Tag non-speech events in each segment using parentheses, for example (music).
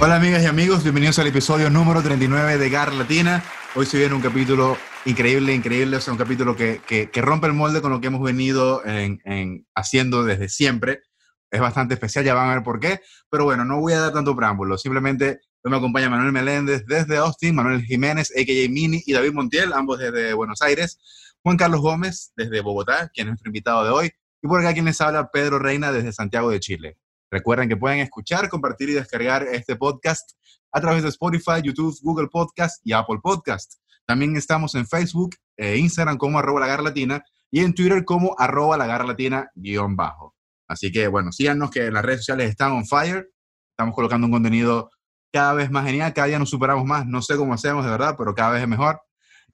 Hola amigas y amigos, bienvenidos al episodio número 39 de GAR Latina. Hoy se viene un capítulo increíble, increíble, o sea, un capítulo que, que, que rompe el molde con lo que hemos venido en, en haciendo desde siempre. Es bastante especial, ya van a ver por qué, pero bueno, no voy a dar tanto preámbulo, simplemente hoy me acompaña Manuel Meléndez desde Austin, Manuel Jiménez, a.k.a. Mini, y David Montiel, ambos desde Buenos Aires, Juan Carlos Gómez desde Bogotá, quien es nuestro invitado de hoy, y por acá quien les habla, Pedro Reina desde Santiago de Chile. Recuerden que pueden escuchar, compartir y descargar este podcast a través de Spotify, YouTube, Google Podcast y Apple Podcast. También estamos en Facebook e Instagram como arroba lagarlatina y en Twitter como arroba lagarlatina guión bajo. Así que bueno, síganos que las redes sociales están on fire. Estamos colocando un contenido cada vez más genial, cada día nos superamos más. No sé cómo hacemos de verdad, pero cada vez es mejor.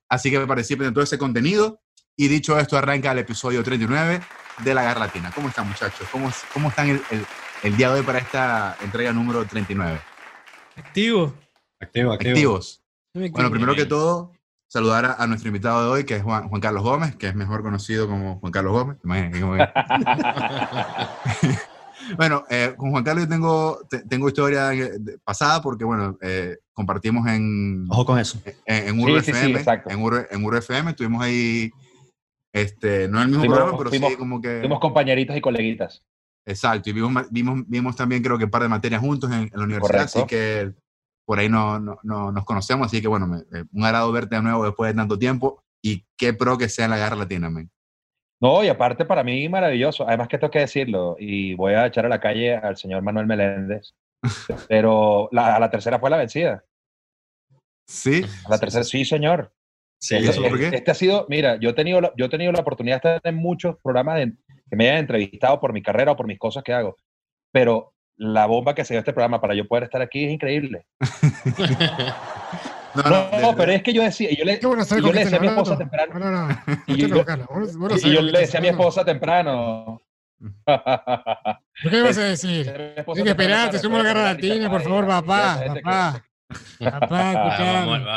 Así que participen de todo ese contenido. Y dicho esto, arranca el episodio 39 de La Garlatina. ¿Cómo están, muchachos? ¿Cómo, cómo están el, el el día de hoy para esta entrega número 39. Activo. Activo, activo. Activos. Bueno, primero que todo, saludar a, a nuestro invitado de hoy, que es Juan, Juan, Carlos Gómez, que es mejor conocido como Juan Carlos Gómez. (laughs) bueno, eh, con Juan Carlos yo tengo, te, tengo historia pasada porque, bueno, eh, compartimos en... Ojo con eso. En, en URFM. Sí, sí, sí, en, UR, en URFM estuvimos ahí, este, no en el mismo fuimos, programa, pero fuimos, sí como que... Fuimos compañeritos y coleguitas. Exacto, y vimos, vimos, vimos, también creo que un par de materias juntos en, en la universidad, Correcto. así que por ahí no, no, no, nos conocemos, así que bueno, me, eh, un agrado verte de nuevo después de tanto tiempo y qué pro que sea en la garra latina, man. No, y aparte para mí maravilloso, además que tengo que decirlo, y voy a echar a la calle al señor Manuel (laughs) Meléndez, pero la, a la tercera fue la vencida. ¿Sí? A la tercera, sí señor. Sí, ¿Eso por qué? Este ha sido, mira, yo he tenido la, yo he tenido la oportunidad de estar en muchos programas de, que me hayan entrevistado por mi carrera o por mis cosas que hago. Pero la bomba que se dio este programa para yo poder estar aquí es increíble. Ah, no, no, no, no pero es que yo decía, yo le, yo le decía a mi esposa temprano. (laughs) Y yo le decía a mi esposa temprano. (laughs) ¿Por ¿Qué vas a decir? Tienes que esperarte, somos la garra latina, por favor, papá. Papá, papá, Ah, escuchame.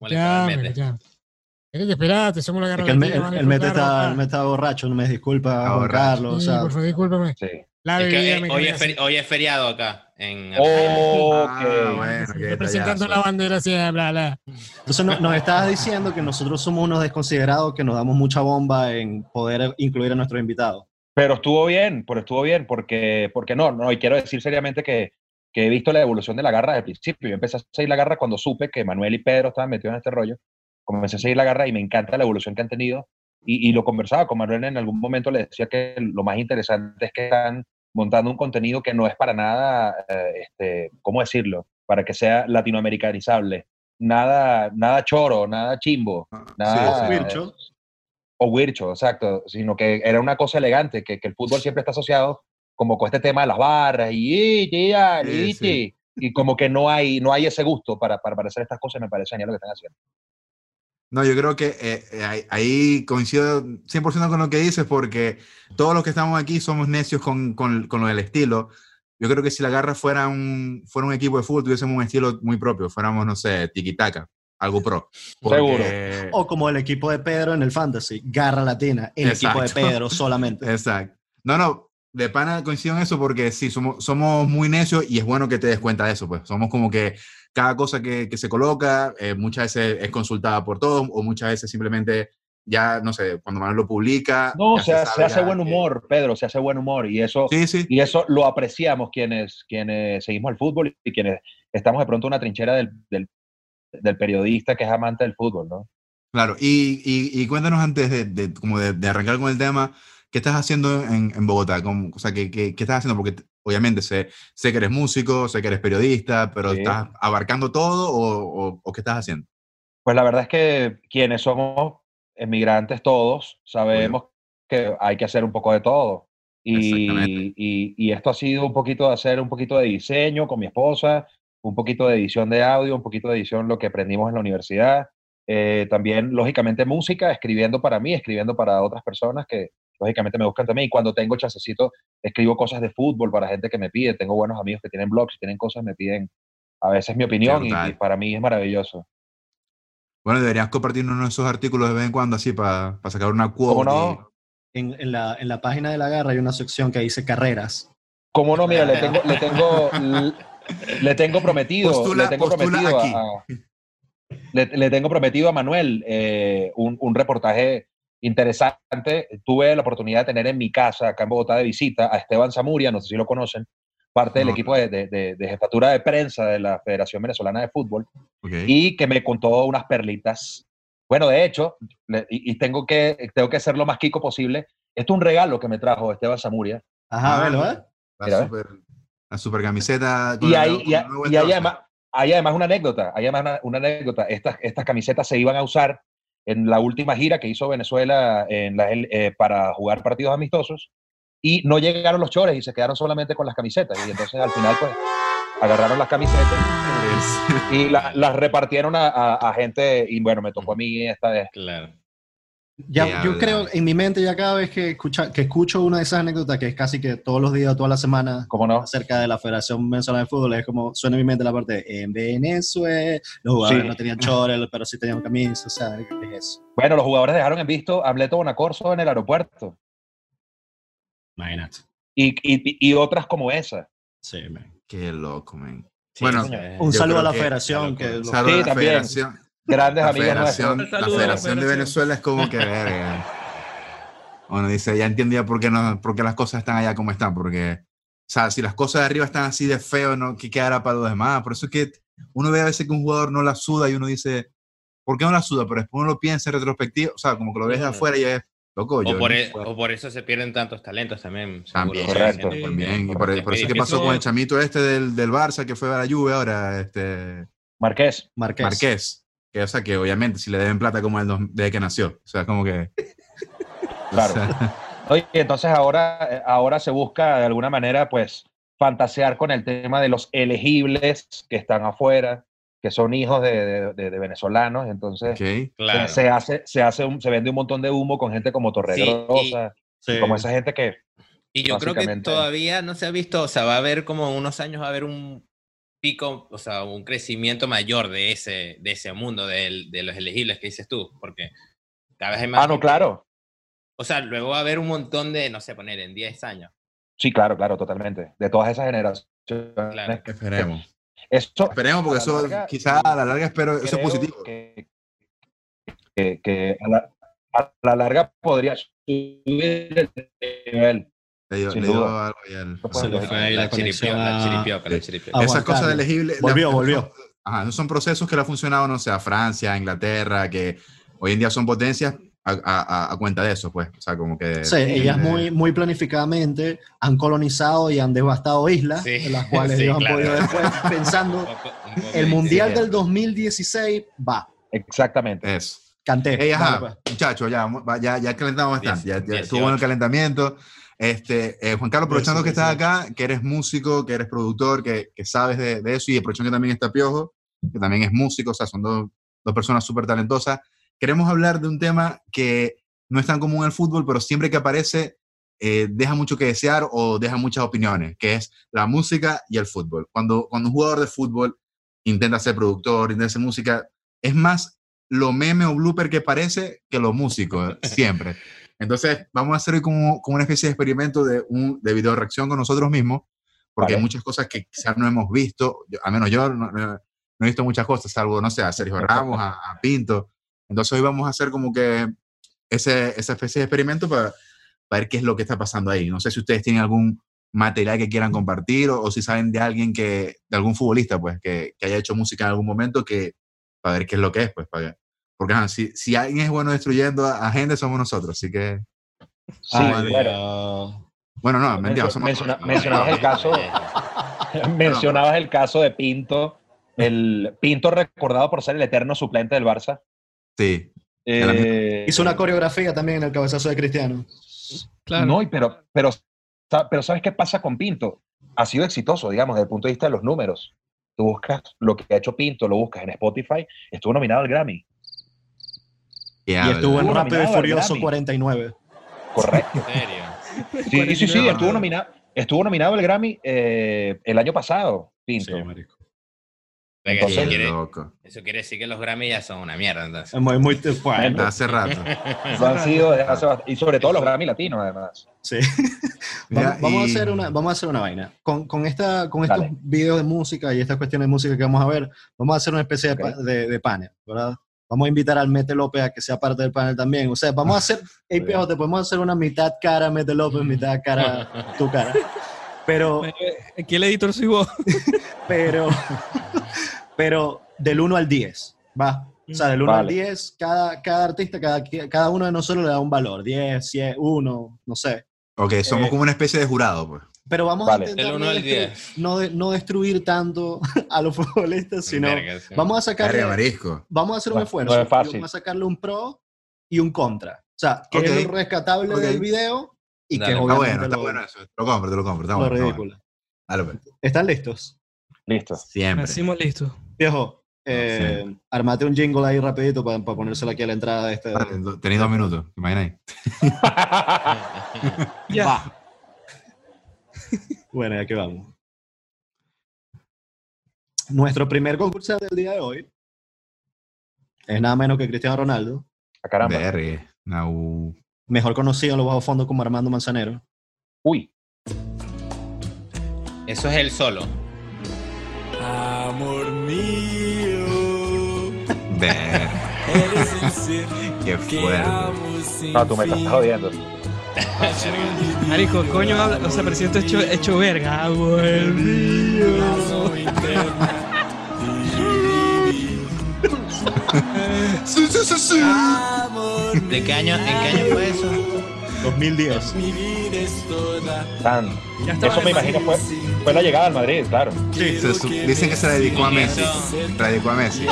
Escuchame, escuchame. Tienes que esperarte, somos la garra es que el, latina. El, el, el meta está, está, borracho, no me disculpa, Juan Carlos. Sí, o sea. por favor, discúlpame. Sí. La es que, eh, hoy, es feri- hoy, es feriado acá. En... Oh, okay. ah, bueno, Representando la bandera, así, bla, bla. Entonces no, nos estabas diciendo que nosotros somos unos desconsiderados que nos damos mucha bomba en poder incluir a nuestros invitados. Pero estuvo bien, pero estuvo bien, porque, porque no, no, y quiero decir seriamente que, que he visto la evolución de la garra desde el principio. Yo empecé a seguir la garra cuando supe que Manuel y Pedro estaban metidos en este rollo comencé a seguir la garra y me encanta la evolución que han tenido. Y, y, lo conversaba con Manuel en algún momento, le decía que lo más interesante es que están montando un contenido que no es para nada, eh, este, ¿cómo decirlo? Para que sea latinoamericanizable. Nada, nada choro, nada chimbo, nada... Ah, Sí, wircho. O wircho, exacto. Sino que era una cosa elegante, que, que, el fútbol siempre está asociado como con este tema de las barras y... y, y, sí, y sí. como que no hay, no hay ese gusto para, para, para hacer estas cosas, me parece genial lo que están haciendo. No, yo creo que eh, eh, ahí coincido 100% con lo que dices, porque todos los que estamos aquí somos necios con, con, con, lo del estilo. Yo creo que si la garra fuera un, fuera un equipo de fútbol, tuviésemos un estilo muy propio, fuéramos, no sé, tiquitaca, algo pro. Porque... Seguro. O como el equipo de Pedro en el fantasy, garra latina, el Exacto. equipo de Pedro solamente. Exacto. No, no, de pana coincido en eso porque sí, somos, somos muy necios y es bueno que te des cuenta de eso, pues somos como que cada cosa que, que se coloca, eh, muchas veces es consultada por todos o muchas veces simplemente ya, no sé, cuando Manuel lo publica. No, se, se, se hace buen humor, que... Pedro, se hace buen humor y eso, sí, sí. Y eso lo apreciamos quienes, quienes seguimos el fútbol y quienes estamos de pronto en una trinchera del, del, del, periodista que es amante del fútbol, ¿no? Claro, y, y, y cuéntanos antes de, de como de, de, arrancar con el tema. ¿Qué estás haciendo en, en Bogotá? ¿Cómo, o sea, ¿qué, ¿qué, qué estás haciendo? Porque obviamente sé, sé que eres músico, sé que eres periodista, pero sí. ¿estás abarcando todo o, o, o, qué estás haciendo? Pues la verdad es que quienes somos emigrantes todos sabemos Oye. que hay que hacer un poco de todo. Y, y, y, esto ha sido un poquito de hacer un poquito de diseño con mi esposa, un poquito de edición de audio, un poquito de edición lo que aprendimos en la universidad. Eh, también, lógicamente, música, escribiendo para mí, escribiendo para otras personas que, lógicamente me buscan también. Y cuando tengo chancecito, escribo cosas de fútbol para gente que me pide. Tengo buenos amigos que tienen blogs y tienen cosas, me piden a veces mi opinión y, y, para mí es maravilloso. Bueno, deberías compartir uno de esos artículos de vez en cuando, así, para, para sacar una cuota. No? Y... En, en, la, en la página de la garra hay una sección que dice carreras. (laughs) ¿Cómo no? Mira, le tengo, le tengo, le tengo prometido, Postula- le tengo postula prometido aquí. a- a- le, le tengo prometido a Manuel eh, un, un reportaje interesante. Tuve la oportunidad de tener en mi casa, acá en Bogotá, de visita a Esteban Zamuria, no sé si lo conocen, parte del No, equipo de, de- de- de jefatura de prensa de la Federación Venezolana de Fútbol, Ok. y que me contó unas perlitas. Bueno, de hecho, le- y, y tengo que, tengo que ser lo más quico posible. Esto es un regalo que me trajo Esteban Zamuria. Ajá, Ah. velo, ¿eh? la, mira, super, la super camiseta. con Y el- hay, con y, el hay- logo y hay entonces. además, hay además una anécdota, hay además una, una anécdota. Estas, estas camisetas se iban a usar en la última gira que hizo Venezuela en la- eh, para jugar partidos amistosos y no llegaron los chores y se quedaron solamente con las camisetas. Y entonces al final pues agarraron las camisetas Es- y la- las repartieron a, a- a gente y bueno, me tocó a mí esta vez. Claro. Ya, Ya, yo ¿verdad? creo, en mi mente, ya cada vez que, escucha, que escucho una de esas anécdotas, que es casi que todos los días, todas las semanas, ¿Cómo no? acerca de la Federación Venezolana de Fútbol, es como suena en mi mente la parte de, en Venezuela, los jugadores Sí. no tenían chores, pero sí tenían camisas, o sea, ¿qué es eso? Bueno, los jugadores dejaron en visto a Bleto Bonacorso en el aeropuerto Imagínate. y, y- y otras como esa. Sí, man. Qué loco, man. Sí, Bueno, señor. Un Yo saludo creo a la que- Federación, que Saludos los- a la también. Federación. Grandes La amigos federación, nuestros. la Saludos, Federación de Federación. Venezuela es como que verga. Uno dice, ya entendía por qué, no, por qué las cosas están allá como están, porque, o sea, si las cosas de arriba están así de feo, ¿no? ¿qué quedará para los demás? Por eso es que uno ve a veces que un jugador no la suda y uno dice, ¿por qué no la suda? Pero después uno lo piensa en retrospectivo, o sea, como que lo ves de Ujú. afuera y es, loco, yo. O por, no e- puedo". o por eso se pierden tantos talentos también. También, seguro. correcto. Sí, También, y por, e, porque por eso es que muy pasó difícil. con el chamito este del, del Barça que fue a la lluvia ahora, este, Marqués. Marqués. Marqués. Que, o sea, que obviamente si le deben plata como el dos- desde que nació. O sea, como que. Claro. O sea, (laughs) Oye, entonces ahora, eh, ahora se busca de alguna manera, pues, fantasear con el tema de los elegibles que están afuera, que son hijos de, de- de- de venezolanos, entonces ok. Claro. se- se hace, se hace, un- se vende un montón de humo con gente como Torregrosa, Sí. como esa gente que Y yo creo que básicamente. todavía no se ha visto, o sea, va a haber como en unos años, va a haber un pico, o sea, un crecimiento mayor de ese, de ese mundo, del- de, los elegibles que dices tú, porque cada vez hay más. ah no gente. claro, O sea, luego va a haber un montón de, no sé, poner en 10 años. sí claro, claro, totalmente, de todas esas generaciones. Ah, Claro. Esperemos. Eso Esperemos porque A la eso larga, quizás a la larga espero, eso es creo positivo. Que, que- que a, la, a la larga podría subir el nivel. Le dio, sin le dio duda. algo ahí al- No puede al- Se le fue ahí la chiripioca, conexión a- la chiripioca, la chiripioca. a Esas Juan cosas de Carlos. elegibles. Volvió, la- volvió. Ajá, esos son procesos que le ha funcionado, no sé, a Francia, a Inglaterra, que hoy en día son potencias a, a- a- a cuenta de eso, pues. O sea, como que. Sí, ellas eh, muy, muy planificadamente han colonizado y han devastado islas, Sí, en las cuales sí, ellos han claro. podido después (laughs) pensando, Un poco- un poco el de- Mundial sí. del 2016 va, Exactamente. Eso. canté. Ey, ajá, dale, pues. muchachos, ya, mu- va- ya, ya calentamos bastante, ya, Diez- ya estuvo dieciocho. bueno el calentamiento. Este, eh, Juan Carlos, aprovechando Eso, que estás eso. acá, que eres músico, que eres productor, que, que sabes de, de eso, y aprovechando que también está Piojo, que también es músico, o sea, son dos, dos personas súper talentosas. Queremos hablar de un tema que no es tan común en el fútbol, pero siempre que aparece eh, deja mucho que desear o deja muchas opiniones, que es la música y el fútbol. Cuando, cuando un jugador de fútbol intenta ser productor, intenta hacer música, es más lo meme o blooper que parece que los músicos, siempre. Entonces, vamos a hacer hoy como, como una especie de experimento de, un, de video reacción con nosotros mismos, porque hay Vale. muchas cosas que quizás no hemos visto, yo- al menos yo no, no- no he visto muchas cosas, salvo, no sé, a Sergio Ramos, a, a Pinto. Entonces, hoy vamos a hacer como que ese, esa especie de experimento para, para ver qué es lo que está pasando ahí. No sé si ustedes tienen algún material que quieran compartir o, o si saben de alguien que, de algún futbolista, pues, que, que haya hecho música en algún momento, que para ver qué es lo que es, pues, para que- Porque ajá, si, si alguien es bueno destruyendo a, a gente, somos nosotros. Así que, Sí, Ah, bueno, bueno, no, mentira, Mencio- somos menciona- nosotros. mencionabas el caso. (laughs) mencionabas el caso de Pinto, el Pinto recordado por ser el eterno suplente del Barça. Sí, la misma- Eh, pues. Hizo una coreografía también en el cabezazo de Cristiano. Claro. No, y pero, pero, sa- pero ¿sabes qué pasa con Pinto? Ha sido exitoso, digamos, desde el punto de vista de los números. Tú buscas lo que ha hecho Pinto, lo buscas en Spotify, estuvo nominado al Grammy. que Y habla. estuvo en Estuvo Rápido y nominado al Furioso Grammy. 49. Correcto. En serio. Sí, sí, sí, 49. estuvo nominado, estuvo nominado al Grammy eh, el año pasado, Pinto. marico. Entonces, eso, quiere, eso, quiere, decir que los Grammy ya son una mierda. Entonces. Es muy, muy bueno. (laughs) Hace rato. Eso han sido hace y sobre todo los Grammy latinos, además. Sí. (laughs) Mira, vamos, y... a hacer una, vamos a hacer una vaina. Con, con esta, con estos Dale. videos de música y estas cuestiones de música que vamos a ver, vamos a hacer una especie okay. de, de, de, panel, ¿verdad? Vamos a invitar al Mete López a que sea parte del panel también. O sea, vamos a (laughs) hacer, hey, pejo, te podemos hacer una mitad cara Mete López, mitad (laughs) (laughs) cara tu cara. (laughs) Pero. Aquí el editor soy vos. pero. Pero del 1 al 10, va. O sea, del 1 vale. al 10, cada, cada artista, cada, cada uno de nosotros le da un valor. 10, 10, 1, no sé. Ok, somos eh, como una especie de jurado, pues. Pero vamos vale. a intentar del 1 no, al destruir, (laughs) 10. No, de, no, destruir tanto (laughs) a los futbolistas, sino Verga, sí. vamos a sacarle... Marisco. Vamos a hacer un esfuerzo. No vamos a sacarle un pro y un contra. O sea, que okay. es lo rescatable okay. del video y Dale, que está bueno, está lo... bueno eso. Te lo compro, te lo compro. Está lo bueno, pues. ridículo. Está bueno. ¿Están listos? Listos. Siempre. Nacimos listos. Viejo, eh, sí. armate un jingle ahí rapidito para, para ponérselo aquí a la entrada de este. Vale, tenéis dos minutos, imagináis. ya. Va. bueno, ya que vamos. Nuestro primer concursante del día de hoy es nada menos que Cristiano Ronaldo. Ah, A caramba. Berre, no mejor conocido en los bajos fondos como Armando Manzanero. Uy. (laughs) Eso es el solo. Amor mío. Ver. (laughs) Qué fuerte. No, tú me estás jodiendo. Marico, coño, o sea, presento hecho, hecho verga. ah, Amor mío. sí, sí, sí, sí. ¿De qué año, ¿En qué año fue eso? 2010. Tan. Eso me imagino fue, fue la llegada al Madrid, claro. Sí. Se, su, dicen que se la dedicó a Messi. Se la dedicó a Messi.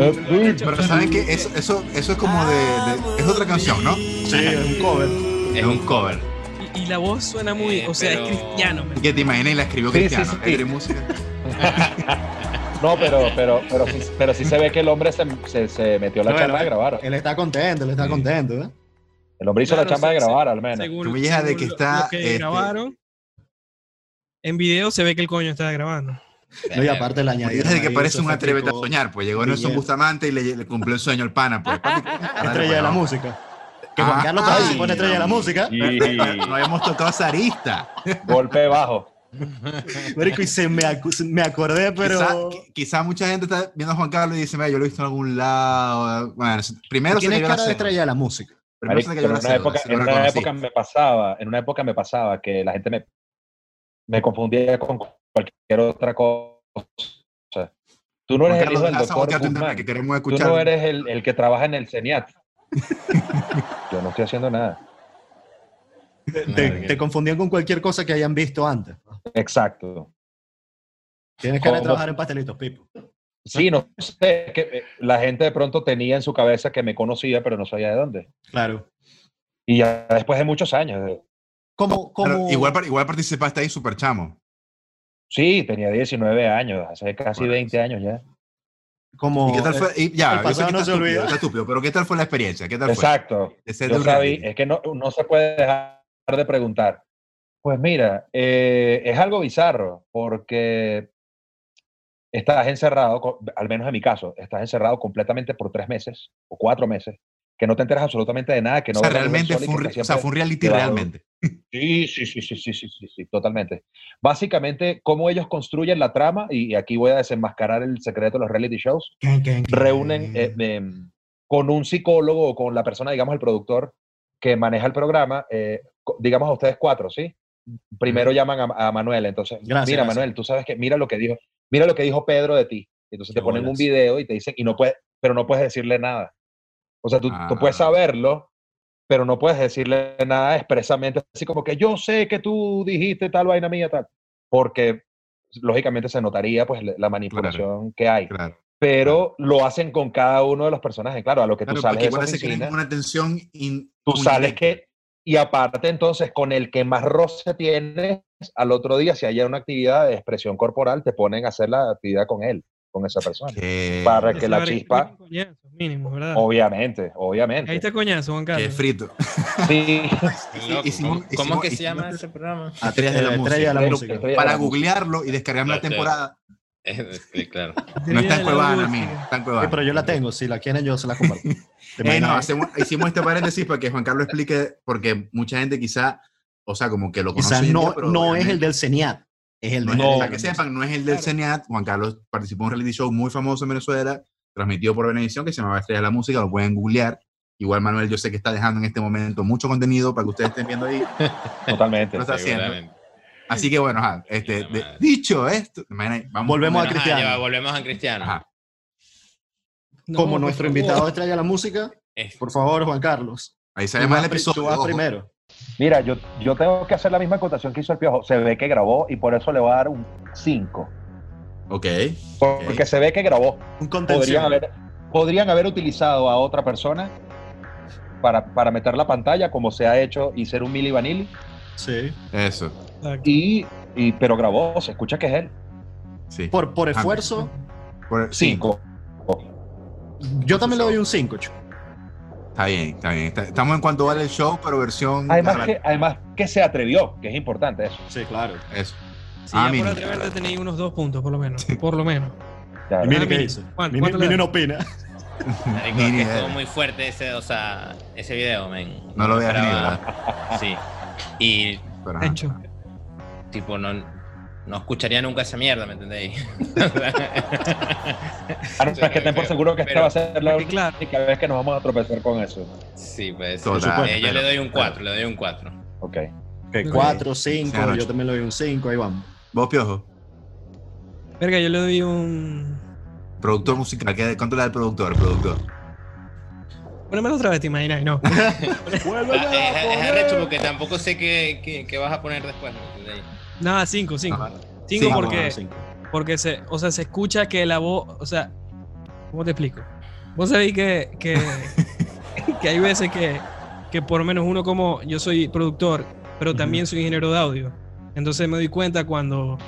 Eh, Pero saben que eso, eso, eso es como de, de, Es otra canción, ¿no? Sí, es un cover. Es un cover y la voz suena muy, eh, o sea, pero... es cristiano. ¿Y que te imaginas y la escribió sí, cristiano, sí, sí, ¿Es de música. no, pero, pero, pero, sí, pero sí se ve que el hombre se, se, se metió la no, chamba él, de grabar. Él está contento, él está contento, ¿eh? El hombre hizo claro, la chamba se, de grabar, al menos. Según, Tú me llegas de que está. Lo que este... grabaron, en video se ve que el coño está grabando. No, y aparte le añadieron. Desde que parece un atrévete a soñar, pues llegó Nelson Bustamante y le, le cumplió el sueño al pana, pues. Estrella de la música que Juan Carlos ah, se pone estrella de la música. (laughs) Y... No hemos tocado esa arista. Golpe bajo. y se me, acu me acordé, (laughs) pero. Quizá, quizá, mucha gente está viendo a Juan Carlos y dice: Mira, yo lo he visto en algún lado. Bueno, primero ¿Quién se es cara de estrella de la música? Maric, se pero en, una época, en una, época, me pasaba, en una época me pasaba que la gente me, me confundía con cualquier otra cosa. Tú no eres el hijo del doctor Guzmán. Que queremos escuchar. Tú no eres el, el que trabaja en el (laughs) CENIAT. Yo no estoy haciendo nada. Te, te, te, confundían con cualquier cosa que hayan visto antes. Exacto. Tienes que trabajar en pastelitos, Pipo. Sí, no sé. Que eh, la gente de pronto tenía en su cabeza que me conocía, pero no sabía de dónde. Claro. Y ya después de muchos años. eh, ¿Cómo, cómo... Igual, igual participaste ahí, Super Chamo. Sí, tenía 19 años, hace casi bueno, 20 años ya. Como, eh, ¿Y qué tal fue? Y ya, el pasado no se estúpido, olvida. Está estúpido, pero ¿qué tal fue la experiencia? ¿Qué tal Exacto. Fue? Yo sabí, es que no, no, se puede dejar de preguntar. Pues mira, eh, es algo bizarro porque estás encerrado, al menos en mi caso, estás encerrado completamente por tres meses o cuatro meses, que no te enteras absolutamente de nada, que no... O sea, realmente fue un, o sea, fue un reality realmente. Sí, sí, sí, sí, sí, sí, sí, sí, totalmente. Básicamente, cómo ellos construyen la trama, y aquí voy a desenmascarar el secreto de los reality shows, ¿Qué, qué, qué? reúnen eh, eh, con un psicólogo o con la persona, digamos, el productor que maneja el programa, eh, digamos a ustedes cuatro, ¿sí? Primero llaman a, a Manuel, entonces, gracias, mira gracias. Manuel, tú sabes que, mira lo que dijo, mira lo que dijo Pedro de ti. Entonces Qué te ponen bolas. un video y te dicen, y no puedes, pero no puedes decirle nada. O sea, tú, ah. tú puedes saberlo, pero no puedes decirle nada expresamente, así como que yo sé que tú dijiste tal vaina mía, tal, porque pues, lógicamente se notaría pues la manipulación claro, que hay. Claro, pero claro. lo hacen con cada uno de los personajes, claro, a lo que tú sales de esa oficina, una tensión tú sales que y aparte entonces con el que más roce tienes al otro día si hay una actividad de expresión corporal te ponen a hacer la actividad con él. con esa persona. Que, Para que la Saber- chispa, Oh, coñazos mínimos, ¿verdad? obviamente, Ahí obviamente. está coñazo, Juan que Carlos. frito. Sí, Loco, hicimos- ¿Cómo, cómo es que se hicimos- (laughs) llama ese programa? (laughs) Estrellas de la Eh, música. Estrella de la Pero- música. Estrella Para de la googlearlo y descargarme la Claro, temporada. Eh, claro. No está en Cuevana, mí. mira. Está en Sí, Cuevana. pero yo la tengo, si la quieren yo se (laughs) la comparto. ¿Te Eh, no, imaginas? hacemos- hicimos este paréntesis para que Juan Carlos explique, porque mucha gente quizá, o sea, como que lo conoce. Quizás hoy en no, día, pero no es obviamente el del CENIAT, es el no de es el- No. para que sepan, no es el del CENIAT. Juan Carlos participó en un reality show muy famoso en Venezuela, transmitido por Venevisión, que se llamaba Estrella de la Música, lo pueden googlear. Igual Manuel, yo sé que está dejando en este momento mucho contenido para que ustedes estén viendo ahí. totalmente. Lo está haciendo. seguramente. Así que bueno, ajá, este, Puta de- madre. dicho esto, imagina- vamos, Volvemos a Ajá, Cristiano. ya va, volvemos a Cristiano. Ajá. Como nuestro invitado de Estrella de la Música, Es- por favor, Juan Carlos. Ahí se Tú llama el vas pri- tú episodio. vas ojo. primero. Mira, yo, yo tengo que hacer la misma acotación que hizo el piojo. Se ve que grabó y por eso le voy a dar un 5. Ok. Porque Ok. se ve que grabó. Un Podrían contención. haber, podrían haber utilizado a otra persona para, para meter la pantalla, como se ha hecho, y ser un Milli Vanilli. Sí. Eso. Exacto. Y, y- pero grabó, se escucha que es él. Sí. Por, por Ah, esfuerzo, Por- sí, 5. yo también le doy un 5, Está bien, está bien. Está- estamos en cuanto vale el show, pero versión. Además que, además que se atrevió, que es importante eso. Sí, claro. Eso. Sí, Ah, ya por mira. atreverte tenéis unos dos puntos, por lo menos. Por lo menos. Ya, Y mire Ah, qué mira. dice. Juan, Mire- ¿cuánto le mire das? no opina. Marico, es Mini que estuvo Eder. muy fuerte ese, o sea, ese video, men. No lo veas ni, Esperaba- (laughs) Sí. Y, Pero, ajá. Hecho. tipo, no, no escucharía nunca esa mierda, ¿me (laughs) entendéis? Ah, no, es que ten por seguro que esta eh, Pero- va a ser la porque claro. única vez que nos vamos a tropezar con eso. sí, pues. Total, eh, yo pero- le doy un 4, le doy un 4. Ok. Ok. 4, 5, Sea noche. yo también le doy un 5, ahí vamos. Vos, Piojo, Verga, yo le doy un. productor musical, ¿qué- ¿cuánto le da el productor? Productor. Ponémelo otra vez, te imaginas, (laughs) no. Vuelve Ah, Es, es arrecho porque tampoco sé qué, qué- qué vas a poner después, ¿me entendéis? Nada, cinco, cinco. Ajá. Cinco Cinco, porque, porque se, o sea, se escucha que la voz, o sea, ¿cómo te explico? Vos sabéis que, (laughs) que, que hay veces que, que por lo menos uno como yo soy productor, pero también soy ingeniero de audio. Entonces me doy cuenta cuando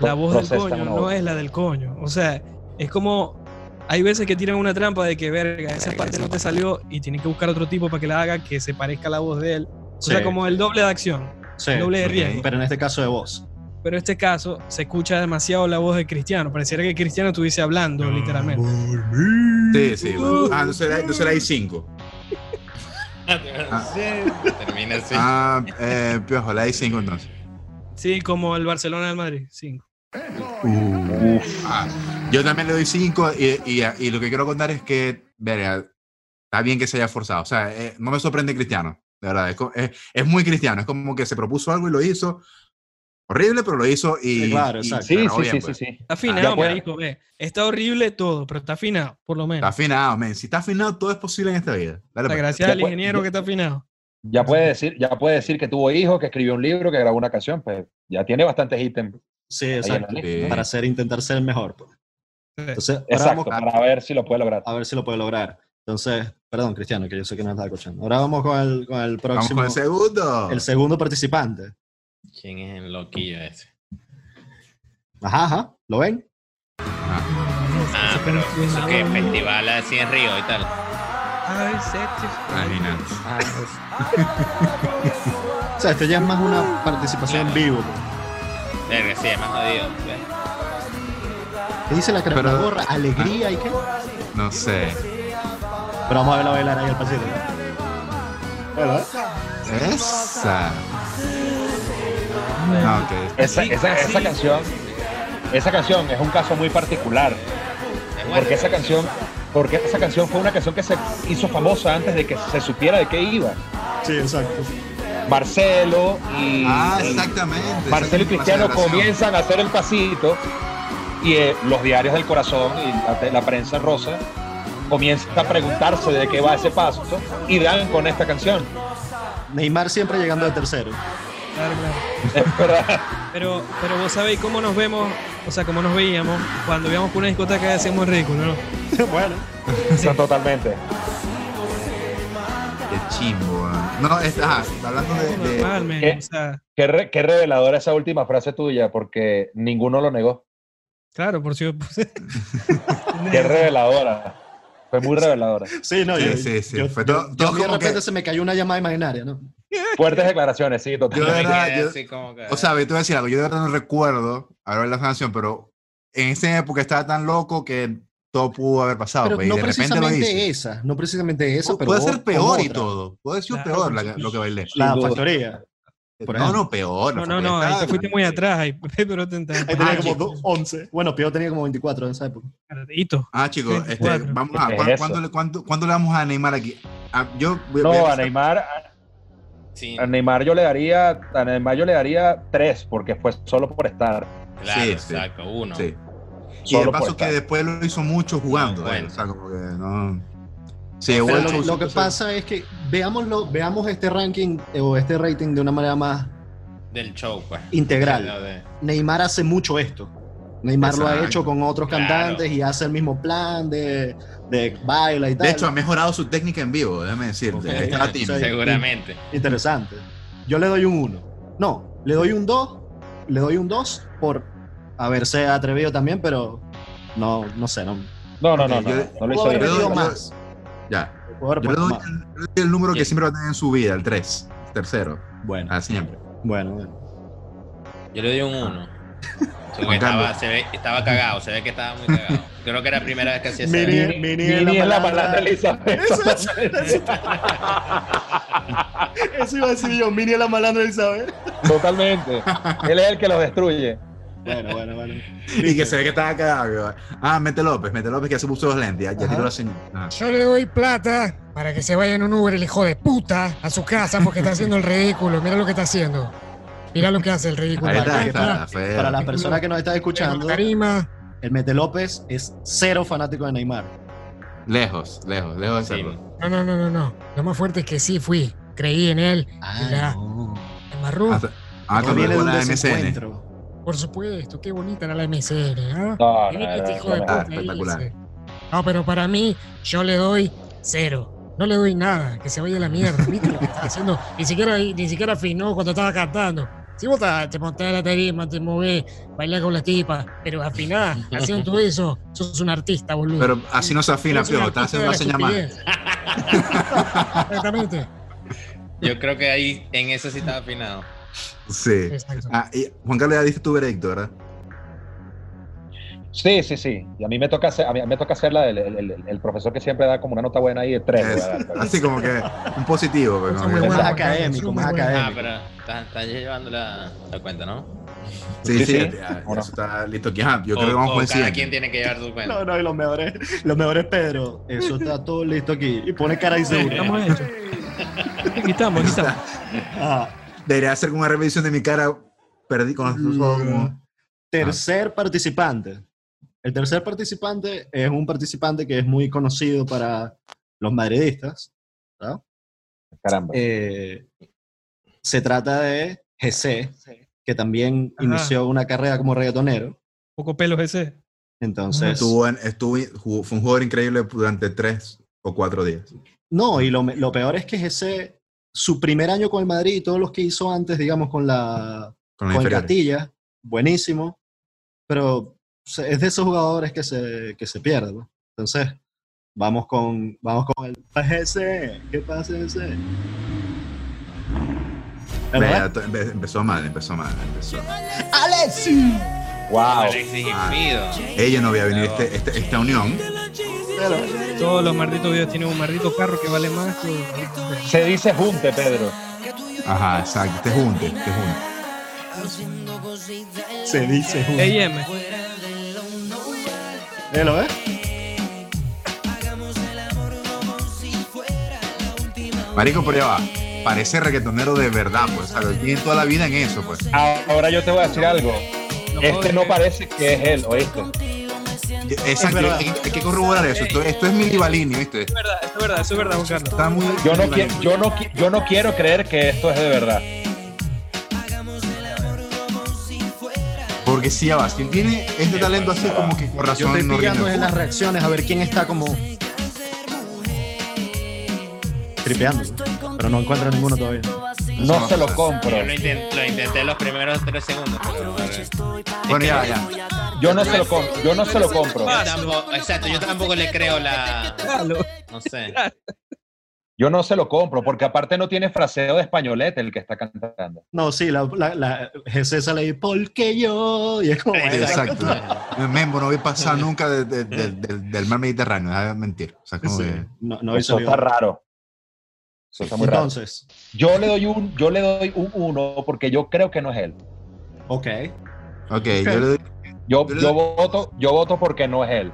la Pro- voz del procesa coño una no voz. es la del coño. O sea, es como hay veces que tiran una trampa de que verga, esa parte no te salió y tienen que buscar otro tipo para que la haga que se parezca a la voz de él. O sea, como el doble de acción, doble de ok. riesgo. Pero en este caso de voz. Pero en este caso se escucha demasiado la voz de Cristiano. Pareciera que Cristiano estuviese hablando, literalmente. Sí, sí. bueno. Ah, entonces le- entonces le hay cinco. Termina así. Ah, eh, Piojo, le hay cinco entonces. Sí, como el Barcelona del Madrid. Cinco. Uh, ah, yo también le doy 5 y, y- y lo que quiero contar es que, verga, está bien que se haya forzado. O sea, eh, no me sorprende Cristiano, de verdad. Es, co- es- es muy cristiano. Es como que se propuso algo y lo hizo. Horrible, pero lo hizo y... Sí, claro, y- exacto. Sí, pero sí, bien, sí, sí, pues. sí. Está afinado, puede. marico, ve. Está horrible todo, pero está afinado, por lo Está menos. afinado, men. Si está afinado, todo es posible en esta vida. Dale, O sea, pues. gracias Ya al puede- ingeniero que está afinado. Ya puede decir, ya puede decir que tuvo hijos, que escribió un libro, que grabó una canción, pues ya tiene bastantes ítems. Sí, ahí en la exacto. lista, ¿no? Sí. Para ser, intentar ser mejor. pues. Entonces, ahora Exacto, vamos para ver si lo puede lograr. a ver si lo puede lograr. Entonces, perdón, Cristiano, que yo sé que no estaba escuchando. Ahora vamos con el, con el Vamos próximo, con el segundo. el segundo participante. ¿Quién es el loquillo ese? Ajá, ajá, ¿lo ven? Ah, pero eso que festival así en Río y tal. Ay, sexy. Imagínate. O sea, esto ya es más una participación en vivo. pues. Verga, sí, es más jodido. pues. ¿ves? ¿Qué dice la crema Pero- gorra? ¿Alegría y qué? Pero No sé. vamos a verla bailar ahí al pasito. ¿no? Bueno, ¿eh? Esa. No, ok. Esa, esa, esa canción, esa canción es un caso muy particular, Es bueno. porque esa canción, porque esa canción fue una canción que se hizo famosa antes de que se supiera de qué iba. Sí, exacto. Marcelo y, Ah, y- exactamente. Marcelo y Esa Cristiano consideración. comienzan a hacer el pasito y eh, los diarios del corazón y la, la prensa rosa comienzan a preguntarse de qué va ese paso y dan con (laughs) esta canción. Neymar siempre llegando de tercero. Claro, claro. Es verdad. Pero, pero vos sabéis cómo nos vemos, o sea, cómo nos veíamos cuando íbamos por una discoteca y hacíamos el ridículo, ¿no? bueno, No, totalmente. Qué chimbo. weón. No, es, ajá, está hablando de. de- Ah, Normal, men, ¿Qué? O sea, Qué, re- qué reveladora esa última frase tuya, porque ninguno lo negó. Claro, por (laughs) si... Qué reveladora. Fue muy reveladora. Sí, no, Sí, yo, sí, sí. yo- Fue yo- todo- yo todo de como que- repente se me cayó una llamada imaginaria, ¿no? Fuertes declaraciones, sí, Yo de totalmente. verdad, yo- así como que- O sea, ve, te voy a decir algo, yo de verdad no recuerdo haber la canción, pero en esa época estaba tan loco que todo pudo haber pasado. Pero pues, y no de repente lo precisamente hice. esa, no precisamente esa, Pu- pero puede ser o- peor y otra. todo. Puede ser Claro, peor la- sí, sí. lo que bailé. La Sin duda. factoría. por no, ejemplo. no, peor. la No, no, familia no, ahí estaba- este te fuiste muy atrás. Ahí, (laughs) pero te entraste. Ahí tenía Ah, como chicos. do- 11. Bueno, Pío tenía como 24 en esa época. Carajito. Ah, chicos, este, 24. vamos a, ¿Qué es ¿cuán- eso? ¿cuándo, le- cuánto- cuándo le vamos a animar aquí? Ah, yo voy- voy No, a empezar- Neymar, a- sí, a Neymar yo le daría, a Neymar yo le daría tres, porque fue solo por estar. claro, sí, sí. exacto, uno. Sí. Y el Solo por paso que estar. Ah, después lo hizo mucho jugando. No, bueno. eh, o sea, como que no. Sí, Pero igual lo, lo que pasa es que veámoslo, veamos este ranking eh, o este rating de una manera más Del show, pues. integral. Lo de- Neymar hace mucho esto. Neymar lo Exacto. ha hecho con otros Claro. cantantes y hace el mismo plan de, de baila y tal. De hecho, ha mejorado su técnica en vivo, déjame decirte. (laughs) Ok. Está latino. Sí. Seguramente. Interesante. Yo le doy un 1. No, le doy un 2. Le doy un 2 por haberse atrevido también, pero no, no sé. No, No, no, no, Ok, yo- no, no lo Pudo hizo haber yo le bien. doy- metido yo- más. Ya. Pudo haber Yo le puesto doy más. el, le doy el número que Bien. siempre va a tener en su vida, el 3, tercero, Bueno, a siempre. bueno, bueno. Yo le doy un uno. Ah. Sí, porque Juan Carlos. estaba, se ve- estaba cagado, se ve que estaba muy cagado. Creo que era la primera vez que hacía Mire, ese. Mini Mini es la es la palabra. palabra Elizabeth. Eso iba a decir yo, Mini la malandra Isabel. (laughs) Totalmente. Él es el que los destruye. Bueno, bueno, bueno. (laughs) Y que se ve que estaba cagado. ¿verdad? Ah, Mete López, Mete López que se puso dos lentes. Ya, ya Ajá. tiró la señal. Ah. Yo le doy plata para que se vaya en un Uber el hijo de puta a su casa porque está haciendo el ridículo. Mira lo que está haciendo. Mira lo que hace el ridículo. Ahí está, Acá ahí está, está, la fea. Para las personas que nos están en escuchando, la tarima. el Mete López es cero fanático de Neymar. Lejos, lejos, lejos de Sí. serlo. No, no, no, no, no. Lo más fuerte es que sí fui. Creí en él. Ah, Mira. no. En Marrú, Hasta- Ah, No cuando viene de llegó un la MSN. desencuentro. por supuesto. Qué bonita era la MCN, ¿ah? No, no, Mirá que no, este no, hijo de no. puta espectacular. ahí, sí. No, pero para mí, yo le doy cero. No le doy nada, que se vaya a la mierda. ¿Viste lo que está haciendo? Ni siquiera, ni siquiera afinó cuando estaba cantando. Si vos ta- te montás en la tarima, te movés, bailás con las tipas, pero afinás, haciendo todo eso, sos un artista, boludo. Pero así no se afina, Sos un Piojo. Está haciendo artista de la señal mal. estupidez. Exactamente. Yo creo que ahí en eso sí estaba afinado. (laughs) Sí. Exacto. Ah, y Juan Carlos, ya diste tu veredicto, ¿verdad? Sí, sí, sí. Y a mí me toca hacer, a mí me toca hacer la del el, el- el profesor que siempre da como una nota buena ahí de tres. Es- ¿verdad? así como que un positivo. pero como Muy que- Más bueno, Juan académico, Carlos, más muy bueno. académico. Ah, pero estás está llevando la, la cuenta, ¿no? sí, sí, Sí, sí. ya- ya Bueno. eso está listo. aquí. Ajá, yo O- creo que vamos o con el cada siguiente. quien tiene que llevar su cuenta. No, no, y los mejores, los mejores Pedro. Eso está todo listo aquí. Y pone cara insegura. Estamos (laughs) hechos. Aquí estamos, aquí estamos. Ajá. Debería hacer como una revisión de mi cara. Perdí con los ojos como- mm, Tercer participante. El tercer participante es un participante que es muy conocido para los madridistas. Caramba. Eh, se trata de GC, que también Ajá. inició una carrera como reggaetonero. Poco pelos ese. Entonces, Estuvo, en- estuvo in- jugó- fue un jugador increíble durante tres o cuatro días. no, y lo, me- lo peor es que GC, su primer año con el Madrid y todos los que hizo antes, digamos, con la Con la con inferior. Catilla, buenísimo, pero se- es de esos jugadores que se, que se pierden. ¿no? Entonces, vamos con, vamos con el ese, ¿qué pasa ese? ¿Verdad? Vea, to- empe- empezó mal, empezó mal. Empezó. ¡Alexi! wow. Alexis Infido. Ella no había venido este- este- esta unión. Pero- Todos los malditos videos tienen un maldito carro que vale más que. Se dice junte, Pedro. Ajá, exacto. Te junte, te junte. Se dice junto. AM. Velo, ¿eh? Marico, por allá va. Parece reggaetonero de verdad, pues. ¿sabes? Tiene toda la vida en eso, pues. Ahora yo te voy a decir algo. No Este puedo no creer. parece que es él, ¿oíste? Exacto. verdad. Hay, hay que corroborar eso. Esto, esto es Mili Balini, ¿viste? Es verdad, es verdad, eso es verdad, Juan Carlos. Está muy. Yo no, Milli qui- yo, no, qui- yo no quiero creer que esto es de verdad. Balini. Porque sí, ya va. Si tiene este talento así, como que por pues, Yo estoy razón no pillando rinde. en las reacciones a ver quién está como. Tripeando. Pero no encuentro ninguno todavía. No se lo compro. Yo lo intenté, lo intenté los primeros tres segundos. pero, eh, Bueno, es que ya, ya. Yo no se lo compro. Yo no se lo compro. yo tampoco- exacto, yo tampoco le creo la. Claro. No sé. Yo no se lo compro porque aparte no tiene fraseo de españolete el que está cantando. No, sí, la, la, la Jesús sale porque yo. Y es como. Sí, bueno, Exacto. (laughs) Membo, no voy a pasar nunca de- de- de- del, del mar Mediterráneo, deja de mentir. O sea, como sí, que- No, no había Eso salido. está raro. Eso está muy raro. Entonces, Yo le doy un, yo le doy un uno porque yo creo que no es él. ok. Eh, Ok, yo le doy- Yo, Yo le yo doy- voto, yo voto porque no es él.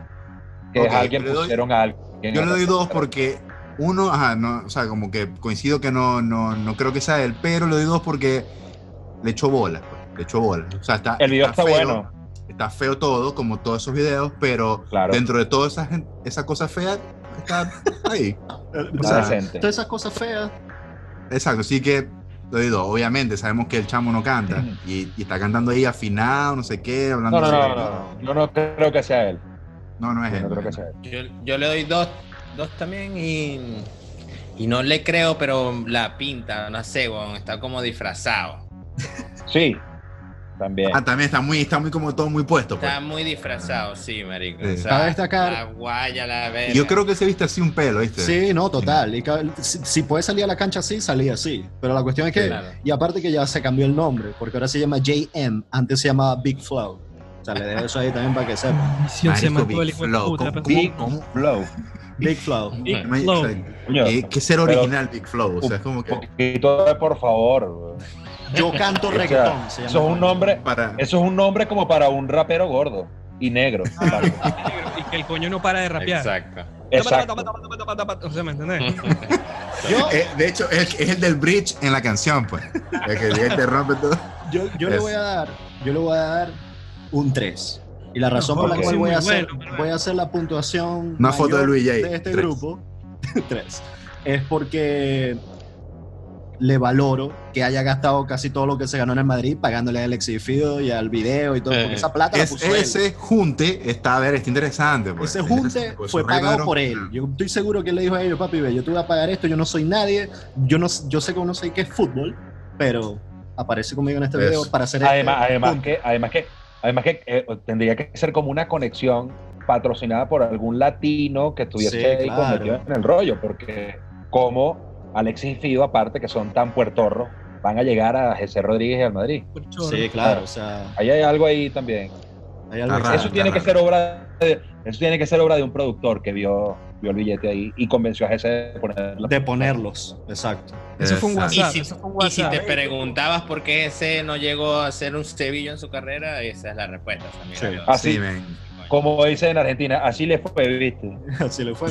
Que Ok, es alguien yo le doy- pusieron a alguien. yo le doy dos porque uno, ajá, no, o sea, como que coincido que no, no, no creo que sea él, pero le doy dos porque le echó bola, pues, le echó bola. O sea, está, El video está, feo, bueno. Está feo todo, como todos esos videos, pero Claro. dentro de toda esa, gen- esa cosa fea, está ahí. O Está sea, sea, decente. todas esas cosas feas. Exacto, sí que lo digo, obviamente sabemos que el chamo no canta y, y está cantando ahí afinado, no sé qué, hablando No, no, de- no, no, no. Yo no creo que sea él. No, no es Yo él. no no creo que es él. sea él. Yo, yo le doy dos, dos también y, y no le creo, pero la pinta, no sé, weón, está como disfrazado. Sí, también. Ah, también está muy, está muy como todo muy puesto. pues. Está muy disfrazado, sí, marico. Sí. O sea, Cabe destacar- La guaya, la verga. Y yo creo que se viste así un pelo, ¿viste? Sí, no, total. Y ca- si, si puede salir a la cancha así, salía así. Pero la cuestión es que. Claro. Y aparte que ya se cambió el nombre, porque ahora se llama JM, antes se llamaba Big Flow. O sea, le dejo eso ahí también para que sepan. Misión se Marico, mató el Ah, Big hijo de Flow, puta. ¿cómo- pensé- cómo- Flow. Big Flow. Big Me- Flow. o sea, Coño, que, que ser Pero- original Big Flow, o sea, es como un que poquito de por favor. weón. Yo canto (laughs) O sea, reggaetón. se Eso llama es un nombre, para... eso es un nombre como para un rapero gordo y negro. (laughs) Y que el coño no para de rapear. Exacto. Exacto. O sea, ¿me entendés? Eh, de hecho, es, es el del bridge en la canción, pues. El que llega y te rompe todo. Yo, yo le Es. voy a dar, yo le voy a dar un 3. Y la razón por la Ok. cual voy a Muy bueno, hacer, muy bueno. voy a hacer la puntuación Una foto mayor de Luis J. de este Tres. grupo (laughs) 3 es porque le valoro que haya gastado casi todo lo que se ganó en el Madrid pagándole a Alexis Fido y al video y todo, porque Eh, esa plata la Es- puso él. ese junte está, a ver, está interesante. Pues. Ese junte Pues, fue su pagado Rivero- por él. Yo estoy seguro que él le dijo a ellos, papi, ve, yo te voy a pagar esto, yo no soy nadie, yo no yo sé que no sé qué es fútbol, pero aparece conmigo en este Eso. video para hacer Además, este además punto". que, además que, además que eh, tendría que ser como una conexión patrocinada por algún latino que estuviese Sí, ahí claro. metido en el rollo, porque como Alexis y Fido, aparte que son tan puertorros, van a llegar a Jesse Rodríguez y al Madrid. Por chorro. Sí, claro, o sea, Ahí hay algo ahí también. hay Está algo extra. raro, eso tiene está que ser obra, de, eso tiene que ser obra de un productor que vio, vio el billete ahí y convenció a Jesse de ponerlo. de ponerlos, exacto. (laughs) Eso fue un Exacto. WhatsApp. Y si- eso fue un Y si WhatsApp. te preguntabas por qué ese no llegó a hacer un Sevilla en su carrera, esa es la respuesta. o sea, mira, Sí. lo- Así, Sí, Ah, men. como dicen en Argentina, así le fue, viste. Así (laughs) le fue.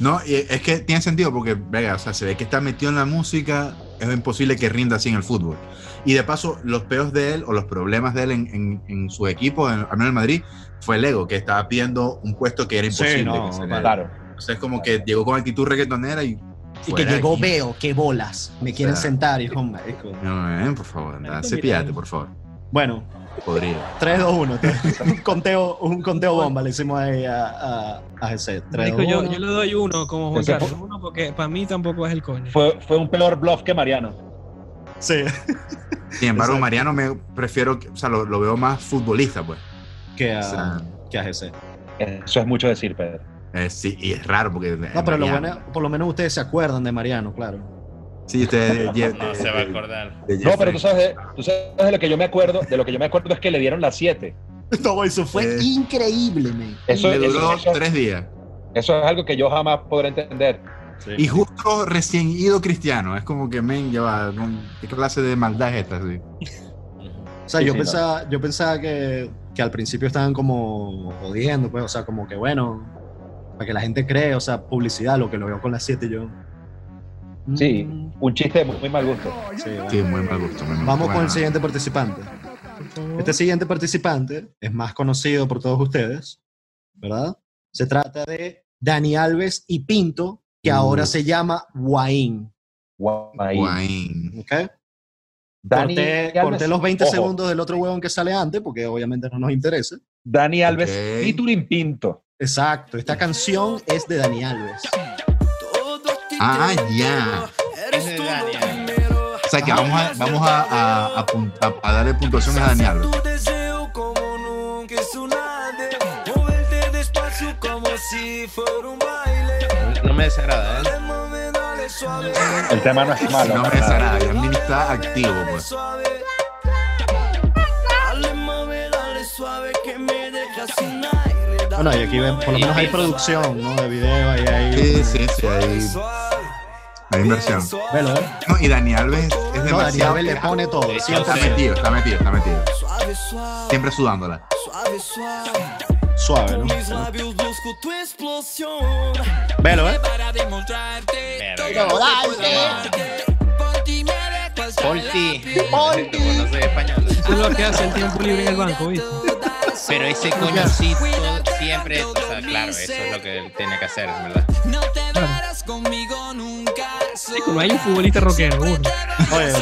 No, y es que tiene sentido porque, venga, o sea, se ve que está metido en la música, es imposible que rinda así en el fútbol. Y de paso, los peos de él o los problemas de él en, en- en su equipo, en, al menos en Madrid, fue el ego, que estaba pidiendo un puesto que era imposible. no, que se le- Claro. Entonces, como que llegó con actitud reggaetonera y. Y que fuera llegó, aquí. veo, qué bolas. Me quieren sea, sentar, hijo marico. No, eh, por favor, anda, cepillate, por favor. Bueno, Podría. 3, 2, 1. (laughs) un, conteo, un conteo bomba le hicimos ahí a, a, a Jesse. 3, Marico, 2, yo, 1. yo le doy uno como Juan Ese fue- Carlos. Uno porque para mí tampoco es el coño. Fue, fue un peor bluff que Mariano. Sí. Sin embargo, Exacto. Mariano me prefiero, que- o sea, lo, lo veo más futbolista, pues. Que a, O sea, que a Jesse. Eso es mucho decir, Pedro. Ah. eh, sí, y es raro porque. No, pero lo Mariano- bueno, por lo menos ustedes se acuerdan de Mariano, claro. (laughs) Sí, usted. (laughs) No se va a acordar. No, pero tú sabes, de- tú sabes de lo que yo me acuerdo, de lo que yo me acuerdo es que le dieron las 7. No, eso fue Eh. increíble, man. Eso, Le eso- duró eso- tres días. eso es algo que yo jamás podré entender. Y justo recién ido cristiano. Es como que, men, ya va. con- ¿Qué clase de maldad es esta? sí? O sea, Sí, yo, sí, pensaba, yo pensaba que, que al principio estaban como jodiendo, pues, o sea, como que bueno, para que la gente cree, o sea, publicidad, lo que lo veo con las 7 yo. Mm, Sí, un chiste de muy mal gusto. sí, bueno. Sí, muy mal gusto. men. Vamos Bueno, con el siguiente participante. Por favor. Este siguiente participante es más conocido por todos ustedes, ¿verdad? Se trata de Dani Alves y Pinto, que Mm. Uh. ahora se llama Guaín. Guay. Guaín. ¿ok? Dani corté, Alves- corté los 20 ojo, segundos del otro huevón que sale antes, porque obviamente no nos interesa. Dani Alves Ok. y Turín Pinto. Exacto, esta canción es de Dani Alves. Todos te Ah, creen, ya. pero Eres Ese tú es lo Daniel. primero. sea que vamos a, vamos a, a- a pun- a- a darle puntuaciones a Dani Alves. Tu deseo como nunca es un ade. Moverte despacio como si fuera un baile. No me desagrada, ¿eh? Dale mami, dale suave. El tema no es malo. No me desagrada, Yandini está activo, Dale pues. suave. Dale mami, dale suave que me dejas sin aire. Dale, Bueno, y aquí ven, por lo menos hay producción, ¿no? De video y hay. Sí, sí, sí, hay, suave. hay inversión. Velo, ¿eh? No, y Dani Alves es No, Dani demasiado. Abel le pone todo. Sí, siempre. Está metido, está metido, está metido. Suave, suave, Siempre sudándola. suave, suave. Suave, ¿no? Con mis labios busco tu explosión. Velo, ¿eh? Para demostrarte Verga. todo lo que puedo amarte. Por ti me dejo hasta Polti. la piel. Polti. No soy español. Eso es lo que hace el tiempo libre en el banco, ¿viste? Pero ese coñocito siempre, o sea, claro, eso es lo que tiene que hacer, en ¿verdad? No te darás conmigo nunca. Chico, no hay un futbolista rockero, uno. Oye.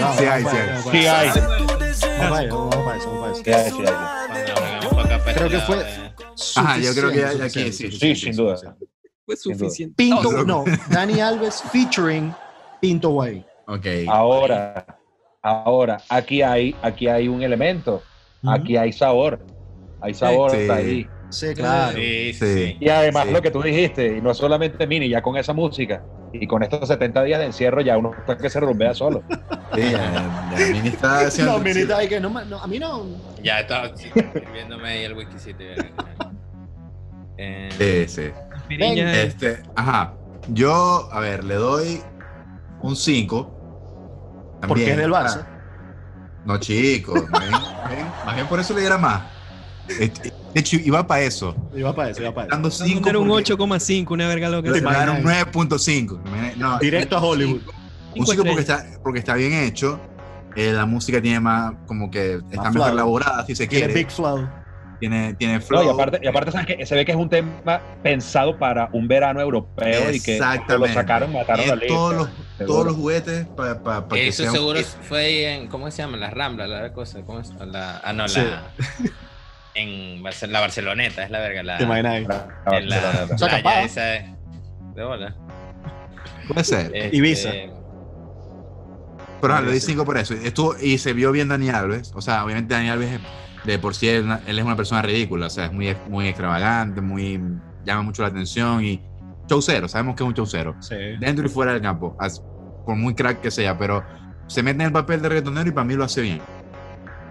No, Sí hay, sí vamos para hay. eso, Sí hay. Vamos para eso, vamos para eso, vamos para Sí, eso. sí, sí. Cuando vengamos para acá para Creo este que fue. lado de- Ajá, yo creo que ya- ya suficiente, aquí, sí, suficiente, Sí, suficiente, sin duda. suficiente. Fue Sin duda. suficiente. Pinto, Loco. no, Dani Alves featuring Pinto Way. Ok. Ah. Ahora, ahora, aquí hay, aquí hay un elemento. Aquí hay sabor. Hay sabor Sí. hasta ahí. Sí, claro. Sí, Sí. sí. Y además Sí. lo que tú dijiste, y no solamente Mini, ya con esa música y con estos 70 días de encierro, ya uno está que se rumbea solo. Sí, ya- ya Mini está haciendo. No, minita, hay que no, ma- no, a mí no. Ya estaba sí, escribiéndome ahí el whiskycito. y verga. Eh, Sí, sí. Piriña, Este, ajá. Yo, a ver, le doy un 5. Porque es del Ah. Barça. No, chicos. Más bien, más bien- más bien por eso le diera más. Eh, De hecho, iba para eso. Iba para eso, iba para eso. Dando vamos a 5. poner un este 8,5, una verga loca. Le Te imaginas. pagaron 9.5. No, Directo a Hollywood. un 5 porque está, porque está bien hecho. Eh, la música tiene más, como que está Más mejor flow. elaborada, si se Tiene quiere. Big Flow. tiene, tiene flow. No, y aparte, y aparte ¿sabes qué? se ve que es un tema pensado para un verano europeo y que lo Exactamente. sacaron, mataron la Tiene lista. todos los, seguro. todos los juguetes para que eso sea un seguro hit. fue ahí en, ¿cómo se llama? La Rambla, la cosa, ¿cómo es? La, ah, no, Sí. la, en Barce- la Barceloneta, es la verga, la, Te imaginas ahí. Ah, en la sea, capaz. playa esa de, de bola. Puede ser. Este, Ibiza. Pero ah, le doy 5 por eso. Estuvo, y se vio bien Dani Alves. O sea, obviamente Dani Alves es- de por sí él, él es una persona ridícula. O sea, es muy, muy extravagante, muy llama mucho la atención y chaucero. Sabemos que es un chaucero. Sí. Dentro y fuera del campo. as- por muy crack que sea, pero se mete en el papel de reggaetonero y para mí lo hace bien.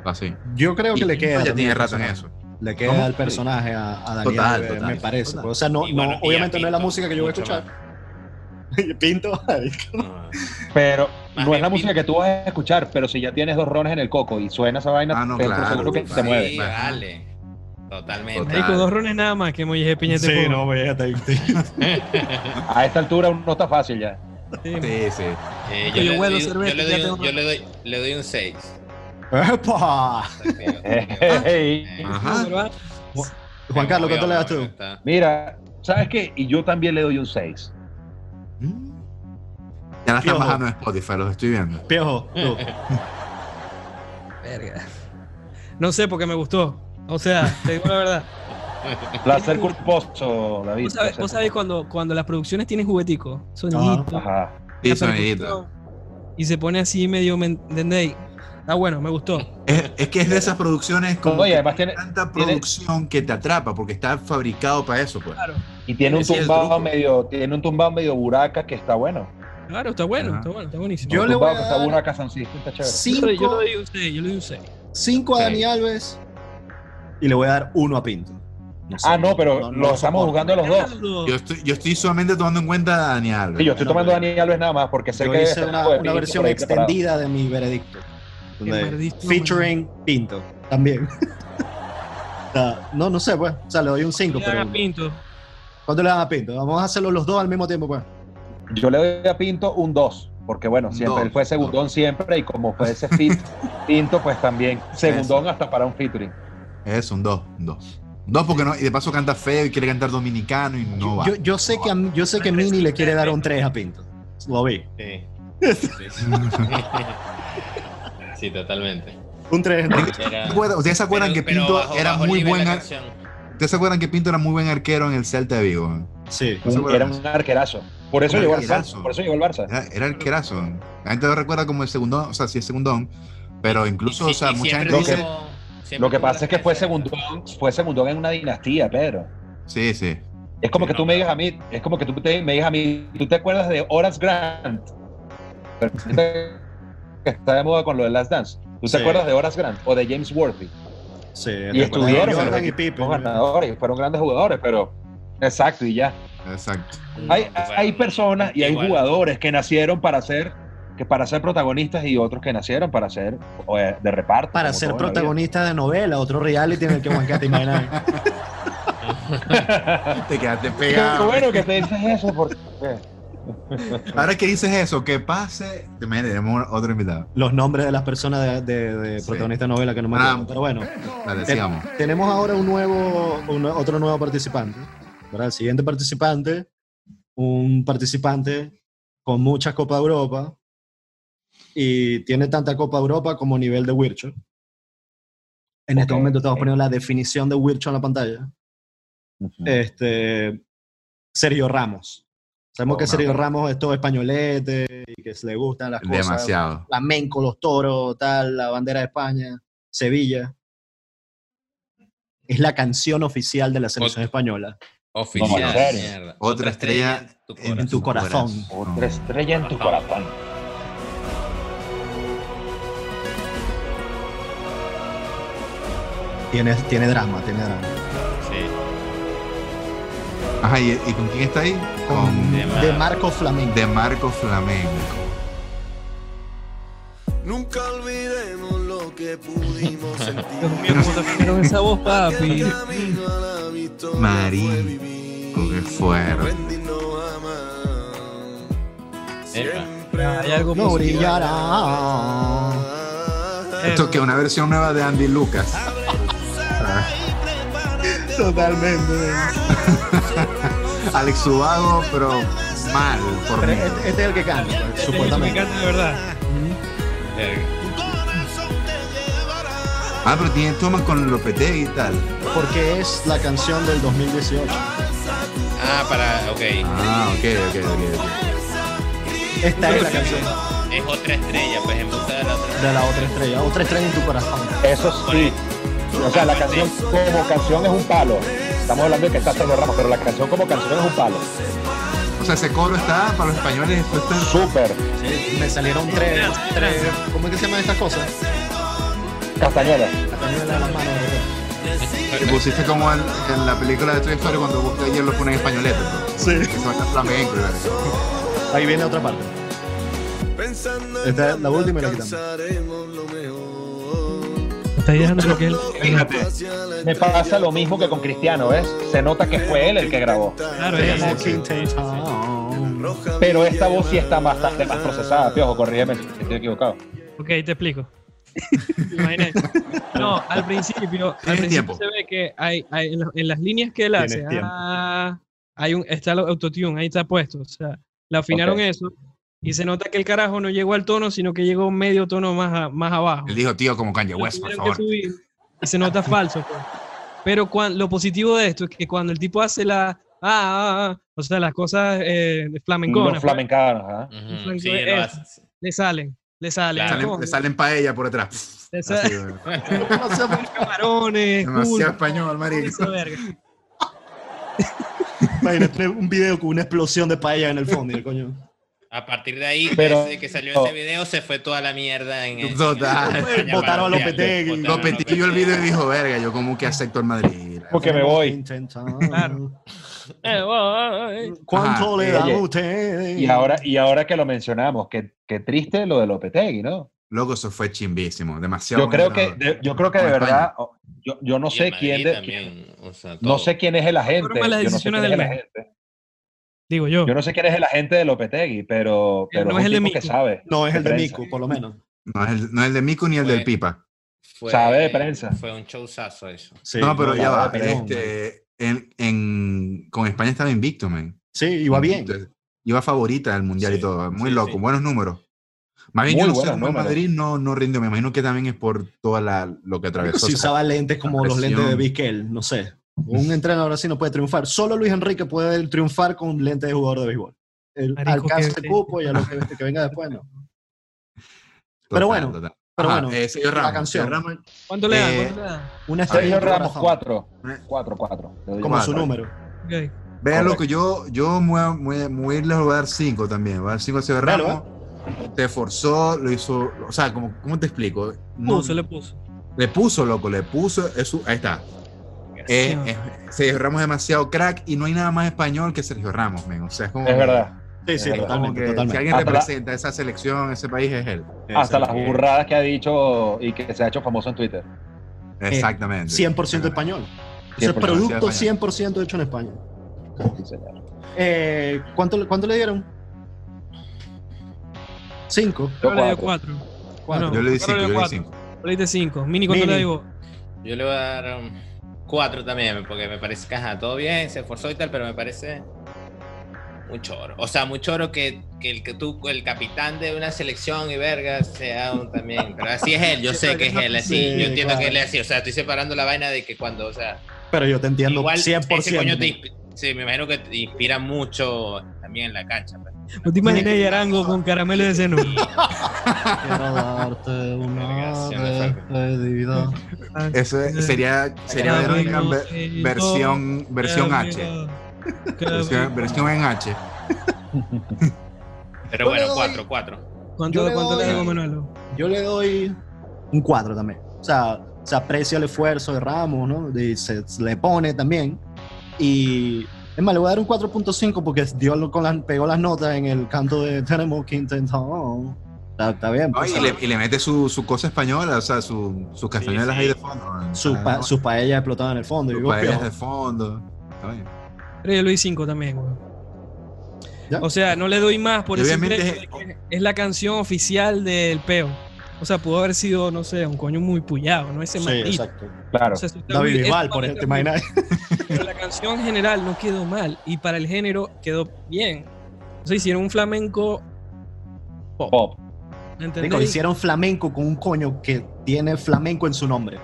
Lo hace bien. Yo creo que Y le Pinto queda. Ya también tiene el rato en personaje. eso. Le queda ¿Cómo? el personaje a, a Dani Total, Alves, total, me parece. Pues, total. O sea, no, Y bueno, no, y a obviamente no es la Pinto, música que yo voy a mucho escuchar. (laughs) Pinto, ahí. No, Pero Más no es la bien música pinta. que tú vas a escuchar, pero si ya tienes dos rones en el coco y suena esa vaina, Ah, no, ten por claro, seguro que claro. se Sí, mueve. vale. Totalmente. Total. Marico, dos rones nada más que Moisés Piñete. Sí, por- no, voy a A esta altura uno está fácil (laughs) ya. Sí, Sí, sí. Eh, Yo yo, le huelo doy, cerveza, yo le ya doy, Ah. un- tengo- yo le doy, le doy (laughs) un 6. (laughs) ¡Epa! Ey. Ajá. pero, ah, Juan Carlos, ¿cuánto le das tú? Mira, ¿sabes qué? Y yo también le doy un 6. Mm. Ya la están Piojo. bajando en Spotify, los estoy viendo. Piojo, tú. Verga. No sé porque me gustó. O sea, te digo la verdad. Placer culposo, David. Vos sabés, vos sabés cuando, cuando las producciones tienen juguetico, placer. soniditos, Ajá. Sí, la sonidito. percusión, Y se pone así medio, ¿me entendéis? Ah, bueno, me gustó. Es, es que es de esas producciones como Oye, que además tiene- tanta tiene- producción que te atrapa porque está fabricado para eso, pues. Claro, Y tiene un Ese es el tumbado truco. medio, tiene un tumbado medio buraca que está bueno. claro, está bueno, Ajá. está bueno, está buenísimo. Yo Un le voy tumbado a que está dar buraca San Sixto, está chévere. Yo le- yo cinco- le doy un 6, yo le doy un 6. cinco a Sí. Dani Alves y le voy a dar uno a Pinto. sé, Ah, no, pero lo estamos soporto. jugando los dos. Yo estoy, yo estoy solamente tomando en cuenta a Dani Alves. Sí, yo estoy Bueno, tomando a pero- Dani Alves nada más porque sé Yo que hice está una, como de una pinto versión por ahí preparado. extendida de mi veredicto. donde- veredicto, featuring Pinto, también. (laughs) O sea, no, no sé, pues. O sea, le doy un 5, Le dan pero. a Pinto. ¿Cuánto le dan a Pinto? Vamos a hacerlo los dos al mismo tiempo, pues. Yo le doy a Pinto un 2, porque bueno, Un siempre dos, él fue un segundón siempre y como fue ese fit, Pinto pues también segundón hasta para un featuring. Es un 2, un 2. Un 2 porque no, y de paso canta feo y quiere cantar dominicano y no va. Yo, yo sé que, a mí- yo sé que Mini le quiere dar un 3 a Pinto. Lo vi. Sí. (laughs) Sí, sí. Sí, totalmente. Un 3. Era- ¿Se acuerdan- ¿Ustedes se acuerdan pero- que pero Pinto bajo- era bajo muy nivel buen la ar- canción. ¿Ustedes se acuerdan que Pinto era muy buen arquero en el Celta de Vigo? man? Sí. Eso Un- fue era bueno. un arquerazo. Por eso Un llegó al arquerazo. Barça. Por eso llegó al Barça. Era, era arquerazo. man. La gente lo recuerda como el segundón, o sea, sí es segundón, pero incluso, Y- y- o sea, y mucha siempre gente dice... tuvo- siempre Lo que tuvo pasa es que fue referencia. segundón, fue segundón en una dinastía, Pedro. Sí, sí. Es como Sí, que no, tú me pero- digas a mí, es como que tú te- me digas a mí, ¿tú te acuerdas de Horace Grant? Pero ahorita que está de moda con lo de Last Dance. ¿Tú Sí. te acuerdas de Horace Grant o de James Worthy? Sí, Y recuerda a estuvieron Jordan en los y Pippen. equipos ganadores, y fueron grandes jugadores, pero exacto y ya. Exacto. Hay, No, Mm, bueno, hay personas y hay igual. jugadores que nacieron para ser que para ser protagonistas y otros que nacieron para ser o, eh, de reparto. Para como ser todo en la vida. protagonista de novela, otro reality en el (laughs) que Juan te imaginas. Te quedaste Qué pegado. bueno que te dices eso porque Ahora que dices eso, que pase. También tenemos otro invitado. Los nombres de las personas de, de, de Sí. protagonista de novela que no me acuerdo. Ah. Pero bueno, Dale, Te- sigamos. tenemos ahora un nuevo, un- otro nuevo participante. ¿verdad? El siguiente participante, un participante con muchas Copa Europa y tiene tanta Copa Europa como nivel de Wircho. En este Ok, momento estamos ok. poniendo la definición de Wircho en la pantalla. eh, Este, Sergio Ramos. Sabemos que Wow. Sergio Ramos es todo españolete y que le gustan las cosas. Demasiado. Flamenco, los toros, tal, la bandera de España, Sevilla. Es la canción oficial de la selección Ot- española. Oficial. No, en serio. mierda. Otra estrella en tu tu corazón. corazón. otra estrella en tu corazón. Tiene, tiene drama, tiene drama. Sí, Ajá, ¿y, y con quién está ahí? Con De De, Mar- Marco Flamenco. De Marco Flamenco. Nunca olvidemos lo que pudimos sentir. Dios mío, cómo te pusieron esa voz, papi. El camino a la victoria Marico, fue vivir. qué fuerte. Rendirnos a más. Siempre Hay algo No positivo. brillará. más. Esto que una versión nueva de Andy Lucas. Totalmente. Alex Subago, pero mal, por mí. Este, este es el que canta, pues, Este bicho Me supuestamente. encanta, de verdad. verga. Ah, pero tiene tomas con Lopetegui y tal. Porque es la canción del 2018. Ah, para. Ok. Ah, ok, ok, ok. ok. Esta es la canción Es otra estrella, pues en busca de la otra. de la otra estrella. Otra estrella en tu corazón. Eso sí. O sea, la canción como canción es un palo. Estamos hablando de que está Sergio Ramos, pero la canción como canción es un palo. O sea, ese coro está para los españoles. Esto está Súper. Me salieron tres, tres. ¿Cómo es que se llaman estas cosas? Castañeda. La canción de las manos. ¿verdad? que pusiste como en, en la película de Toy Story cuando busca ayer lo ponen en españolete. Sí. Que se va a flamenco. y verga. Ahí viene otra parte. Pensando Esta en es la grande última y la quitamos. alcanzaremos lo mejor. Me está dejando lo que él. Fíjate. Me pasa lo mismo que con Cristiano, ¿ves? Se nota que fue él el que grabó. Claro, Sí, es. sí, sí. Pero esta voz sí está bastante más procesada, piojo, corrígeme si estoy equivocado. Ok, te explico. (laughs) Imagínate. No, al principio, al Tienes principio tiempo. se ve que hay, hay- en, las- en las líneas que él Tienes hace, tiempo. ah, hay un, está el autotune, ahí está puesto. O sea, le afinaron Ok. eso y se nota que el carajo no llegó al tono, sino que llegó medio tono más, a- más abajo. Él dijo, tío, como Kanye Lo West, por tuvieron favor. que subir y se nota falso. pues. Pero cuan- lo positivo de esto es que cuando el tipo hace la. ah, ah, ah, o sea, las cosas eh, flamenconas, Los pues, flamencanos, ¿ah? ajá. Ujú, Franco Sí, es- lo hace. le salen, le salen. Claro. Salen- coño. le salen paella por atrás. Le sale- Así, güey. camarones, Demasiado pulpo, español, marico. esa verga. Imagínate un video con una explosión de paella en el fondo, y el coño. A partir de ahí, Pero- desde que salió ese video, se fue toda la mierda en en- Total. (laughs) en España Botaron a para el Lopetegui. Mundial. Botaron a Lopetegui vio el video y dijo, verga, yo como que acepto el Madrid. Porque me voy. Claro. Claro. Eh, voy. ¿Cuánto Ajá. le dan Oye, a ustedes? Y ahora, y ahora que lo mencionamos, qué, qué triste lo de Lopetegui, ¿no? Loco, eso fue chimbísimo. Demasiado. Yo creo buen que, jugador. de- yo creo que de España. verdad, oh, yo, yo no Y sé en quién, Madrid de- también, o sea, no todo. sé quién es el agente. Fueron malas yo no sé decisiones del quién es el mes. agente. Digo yo. Yo no sé quién es el agente de Lopetegui, pero, Él pero no es es un el de tipo que Mico. sabe. No es el de prensa. Miku, por lo menos. No es el, no es el de Mico ni el Fue- del Pipa. Fue- Sabe de prensa. Fue un showzazo eso. Sí, no, pero ya no, va. no, perdón, este, en, en- con España estaba invicto, man. Sí, iba bien. Entonces, iba favorita al mundial y Sí, todo. Muy sí, loco, sí. buenos números. Más bien, Muy yo no sé buenos cómo el números. Madrid no, no rinde. Me imagino que también es por toda la, lo que atravesó. Si O sea, usaba lentes como los presión. lentes de Vizquel, no sé. Un entrenador así no puede triunfar. Solo Luis Enrique puede triunfar con lentes de jugador de béisbol. El Marico, alcance que- el cupo y a lo que, que venga este, después, no. Pero bueno, pero bueno, eh, señor la Ramos, canción. señor Ramos, ¿Cuánto le dan? Eh, ¿Cuánto le dan? una estrella Sergio en tu Ramos, corazón, cuatro. Eh. Cuatro, cuatro. Le doy Como cuatro. su número. Ok. Vean lo que yo, yo muy, muy, muy les voy a dar 5 también. Voy a dar 5 a Sergio Dale, Ramos. Se esforzó, lo hizo. O sea, como, ¿cómo te explico? No, Puso, le puso. Le puso, loco, le puso. es su- ahí está. Eh, eh, Sergio Ramos es demasiado crack y no hay nada más español que Sergio Ramos, men. O sea, es como. Es verdad. Sí, sí, Eh, como totalmente, que Si totalmente. alguien Hasta la- representa esa selección, ese país, es él. Hasta Exacto. las burradas que ha dicho y que se ha hecho famoso en Twitter. Eh, Exactamente. 100% español. Ese 100% producto español. 100% hecho en España. Sí, señor. Eh, ¿cuánto, le- ¿Cuánto le dieron? Cinco. Yo Yo le dio cuatro. cuatro. Ah, Cuatro. no, Yo le di Carlos 5, yo le di cuatro. 5. Le diste cinco. Mini, ¿cuánto Mini. le digo? Yo le voy a dar um, cuatro también, porque me parece que ajá, todo bien, se esforzó y tal, pero me parece muy choro. O sea, muy choro que, que el que tú, el capitán de una selección y verga sea un también. Pero así es él, yo sé que es él, así. Sí, yo entiendo claro. que él es así. O sea, estoy separando la vaina de que cuando, o sea, Pero yo te entiendo igual ese coño 100%. te inspi- Sí, me imagino que te inspira mucho también en la cancha. pues. ¿No te imaginas Yarango con caramelo de seno? Quiero (laughs) darte una Vergación de Ferro. despedida. Eso Eh, es- sería, sería Caramelo Verónica en ve- de versión, versión H. (laughs) Caramelo. Versión, versión en H. Pero Yo le bueno, doy- cuatro, cuatro. Yo ¿Cuánto, le cuánto le doy- digo, Manuelo? Yo le doy un cuadro también. O sea, se aprecia el esfuerzo de Ramos, ¿no? Y se, se le pone también. Y es más, le voy a dar un 4.5 porque dio lo- con las- pegó las notas en el canto de Tenemos que intentar. Está, está bien. No, pues, y, le, y le mete su, su cosa española, o sea, su, sus castañuelas sí. ahí de fondo. sus Ah, pa- no, sus paellas explotaban en el fondo. y sus digo, paellas "Piojo". de fondo. Está bien. Pero yo le doy cinco también, güey. Ya. O sea, no le doy más por Y eso. obviamente Es la canción oficial del peo. O sea, pudo haber sido, no sé, un coño muy puyado, no ese Sí, maldito. exacto. Claro. O sea, eso está David muy- eso Bisbal, está por muy- ejemplo, ¿te imaginas? Pero la canción general no quedó mal y para el género quedó bien. O sea, hicieron un flamenco, Pop. ¿entendés? Digo, hicieron flamenco con un coño que tiene flamenco en su nombre.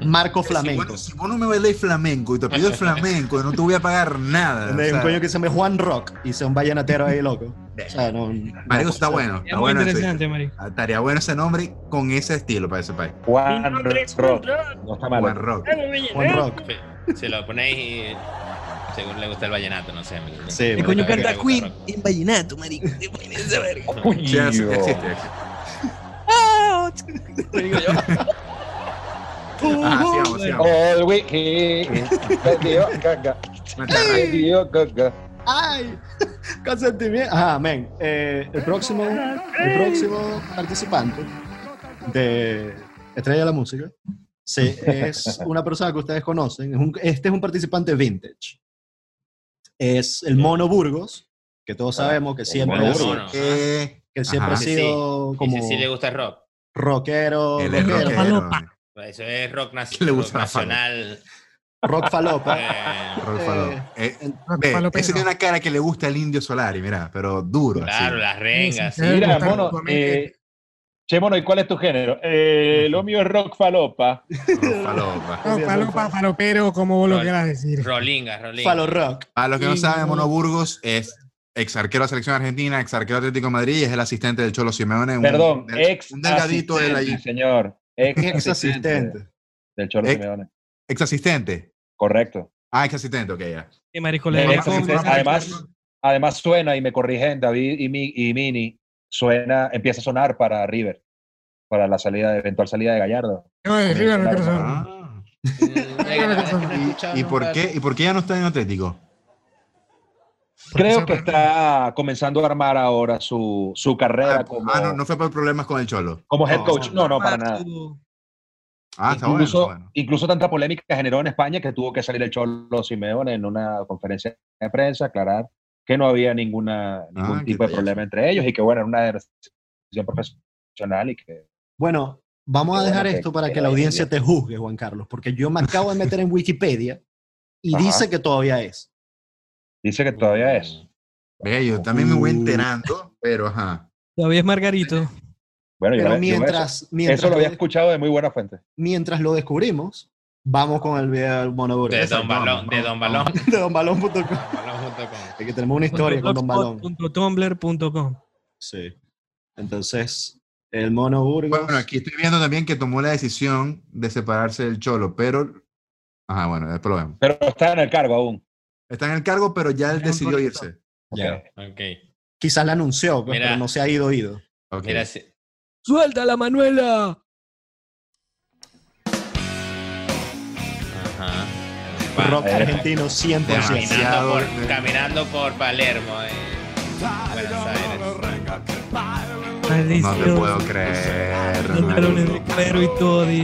Marco Si, Flamenco. vos- si vos no me bailáis flamenco y te pido el flamenco, no te voy a pagar (laughs) nada. o De un sea, eh, coño que se llama Juan Rock y sea un vallenatero ahí loco. O sea, no, Marico, no, está bueno. Es Está muy bueno ese- ah, interesante, Mari. Estaría bueno ese nombre con ese estilo para ese país. Juan Rock. No está Juan mal. Rock. ¿Eh? Juan Rock. Se- Se lo ponéis y según le gusta el vallenato, no sé. me- Sí, El marico. coño que canta le gusta Queen el rock. en vallenato, marico. Te pones esa verga. Coño. Sí, así- existe, existe. Digo yo. (laughs) Ajá, Ah, sigamos, (laughs) sigamos. All weekend. Radio Gaga. Matarra. Radio Gaga. ¡Ay! (laughs) Consentimiento. Ajá, amén. Eh, el, próximo, el próximo participante de Estrella de la Música se- es una persona que ustedes conocen. Es un- este es un participante vintage. Es el Mono Burgos, que todos sabemos que siempre, Mono ha, sido- Burgos. Mono, ajá. Eh, que siempre ha Ajá. sido Y si como sí le gusta el rock. rockero, él es rockero, rockero. Falopa. Pues Eso es rock, naci- ¿Qué le rock gusta la fama? (laughs) nacional. rock (laughs) falopa. eh, Rolf Falopa. Eh, ve, Falopero. ese tiene una cara que le gusta al indio Solari, mira, pero duro. así. claro, las rengas. Sí, sí, sí. sí. Mira, Gustavo, mono. actualmente. Eh, che, mono, ¿y cuál es tu género? Eh, lo mío es rock falopa. Rolf Falopa. No, palopa, palopero, como vos lo Vale. quieras decir. Rolingas, rolingas. Falo rock. Para los que no Sí, saben, no. Mono Burgos es ex arquero de la selección argentina, ex arquero de Atlético de Madrid y es el asistente del Cholo Simeone. un- Perdón, del- ex. un delgadito de la- asistente, Señor. Ex, (laughs) Ex asistente. Del Cholo Ex- Simeone. ex asistente. Correcto. Ah, ex asistente, ok, ya. Qué marico Ex le da asistente. con- Además, además suena, y me corrigen David y, Mi- y Mini, suena, empieza a sonar para River. Para la salida, eventual salida de Gallardo. No, de River no quiero saber. Ah. Mm, hay una que no he ¿Y, escuchado y por nunca. qué, ¿Y por qué ya no está en Atlético? Creo que está comenzando a armar ahora su, su carrera Ah, como, no, no fue por problemas con el Cholo. como head no, coach. No, no, para nada. Marco, Ah, está bueno, incluso, está bueno. incluso tanta polémica generó en España que tuvo que salir el Cholo Simeone en una conferencia de prensa, aclarar que no había ninguna, ningún Ah, qué tipo de detallazo. problema entre ellos y que, bueno, era una decisión profesional y que... Bueno, vamos a Qué dejar bueno que- esto para que que la la audiencia hayas te juzgue, Juan Carlos, porque yo me acabo de meter (laughs) en Wikipedia y Ajá. dice que todavía es. Dice que todavía es. Ve, yo también me voy Uh. enterando, pero ajá. Todavía es Margarito. Bueno, yo, Pero yo eso, mientras, mientras, eso lo había lo, escuchado de muy buena fuente. mientras lo descubrimos, vamos con el video del monoburgo. De Don Balón, de Don Balón. (laughs) (laughs) De donbalón.com. Balón junto con- Aquí tenemos una historia con Don Balón. Blogspot.tumblr.com. Sí. Entonces, El mono Burgos. Bueno, aquí estoy viendo también que tomó la decisión de separarse del Cholo, pero. Ajá, bueno, después lo vemos. Pero está en el cargo aún. Está en el cargo, pero ya él Era un decidió correcto. irse. Ya. Ok. Quizás la anunció, pues, Mira. pero no se ha ido, ido. Ok. Mira, si- ¡Suéltala, Manuela! Ajá. Rock eh, argentino 100%. Caminando Demasiado, eh. por, caminando por Palermo. eh, Buenos Aires. No te Maldición. puedo creer. Pantalones marico. de cuero y todo, di.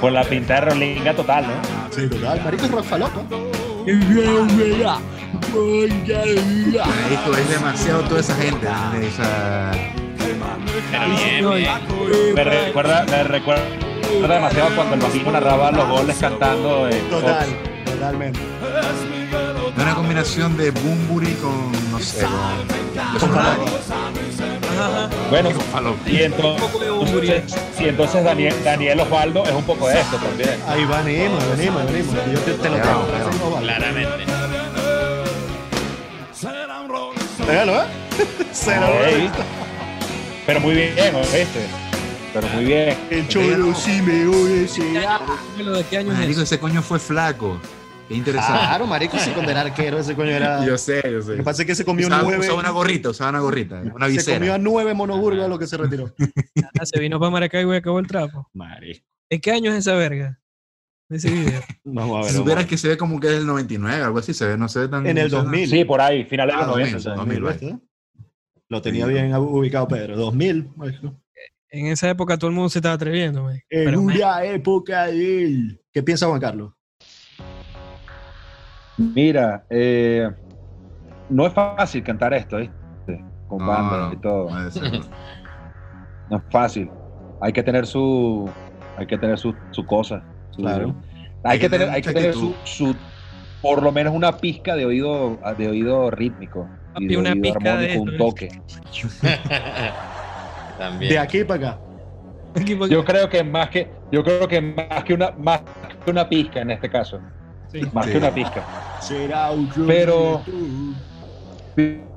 Por la pinta de Rolinga total, ¿no? Sí, total. Marico es rock falopa. Marico, es demasiado toda esa gente. ¿no? O sea, Pero bien, bien. Me recuerda, me recuerda demasiado cuando el bambino narraba los goles cantando. eh, Total, totalmente. una combinación de Bumburi con, no sé, con, con Ajá, ajá. Bueno, Falopa. y poco de Bumburi. entonces, y entonces Daniel, Daniel Osvaldo es un poco de esto también. Ahí venimos, venimos, venimos. Yo te, te lo Ya, tengo. ya. Francisco Valde. Claramente. (laughs) Pégalo, ¿eh? (laughs) Cero. Ey, Pero muy bien, ¿oíste? Pero muy bien. El cholo sí me oye, sí. Bueno, ¿De qué año es Marico, eso? ese coño fue flaco. Qué interesante. Claro, marico, si condena arquero, ese coño era... Lo sé, yo sé. que pasa es que se comió Usaba, nueve... usaba una gorrita, usaba una gorrita, una Se comió visera. a nueve monoburgos a lo que se retiró. Ah, se vino para Maracaibo y acabó el trapo. Marico. ¿De qué año es esa verga? De ese video. (laughs) Vamos a Si ver. supieras que se ve como que es el 99, algo así, se ve, no se ve tan... En el no se ve 2000. Sí, por ahí, finales de Ah, los 90. 2000, ¿sabes? 2000, vale. ¿eh? Lo tenía bien ubicado Pedro. 2000. marico. En esa época todo el mundo se estaba atreviendo, güey. En Pero, man, una época de él. ¿Qué piensa Juan Carlos? Mira, eh, no es fácil cantar esto, ¿viste? Con No, banda y todo. puede (laughs) ser. No es fácil. Hay que tener su. Hay que tener su, su cosa. su- Claro. Hay, que tener, mucha hay que tener actitud. su, su- Por lo menos una pizca de oído, de oído rítmico. Y Papi, de una oído pizca de armónico, un esto, ¿eh? toque. También. De aquí para acá. aquí porque- Yo creo que más que. Yo creo que más que una, más que una pizca en este caso. sí. Más Sí. que una pizca. Será un yo- Pero-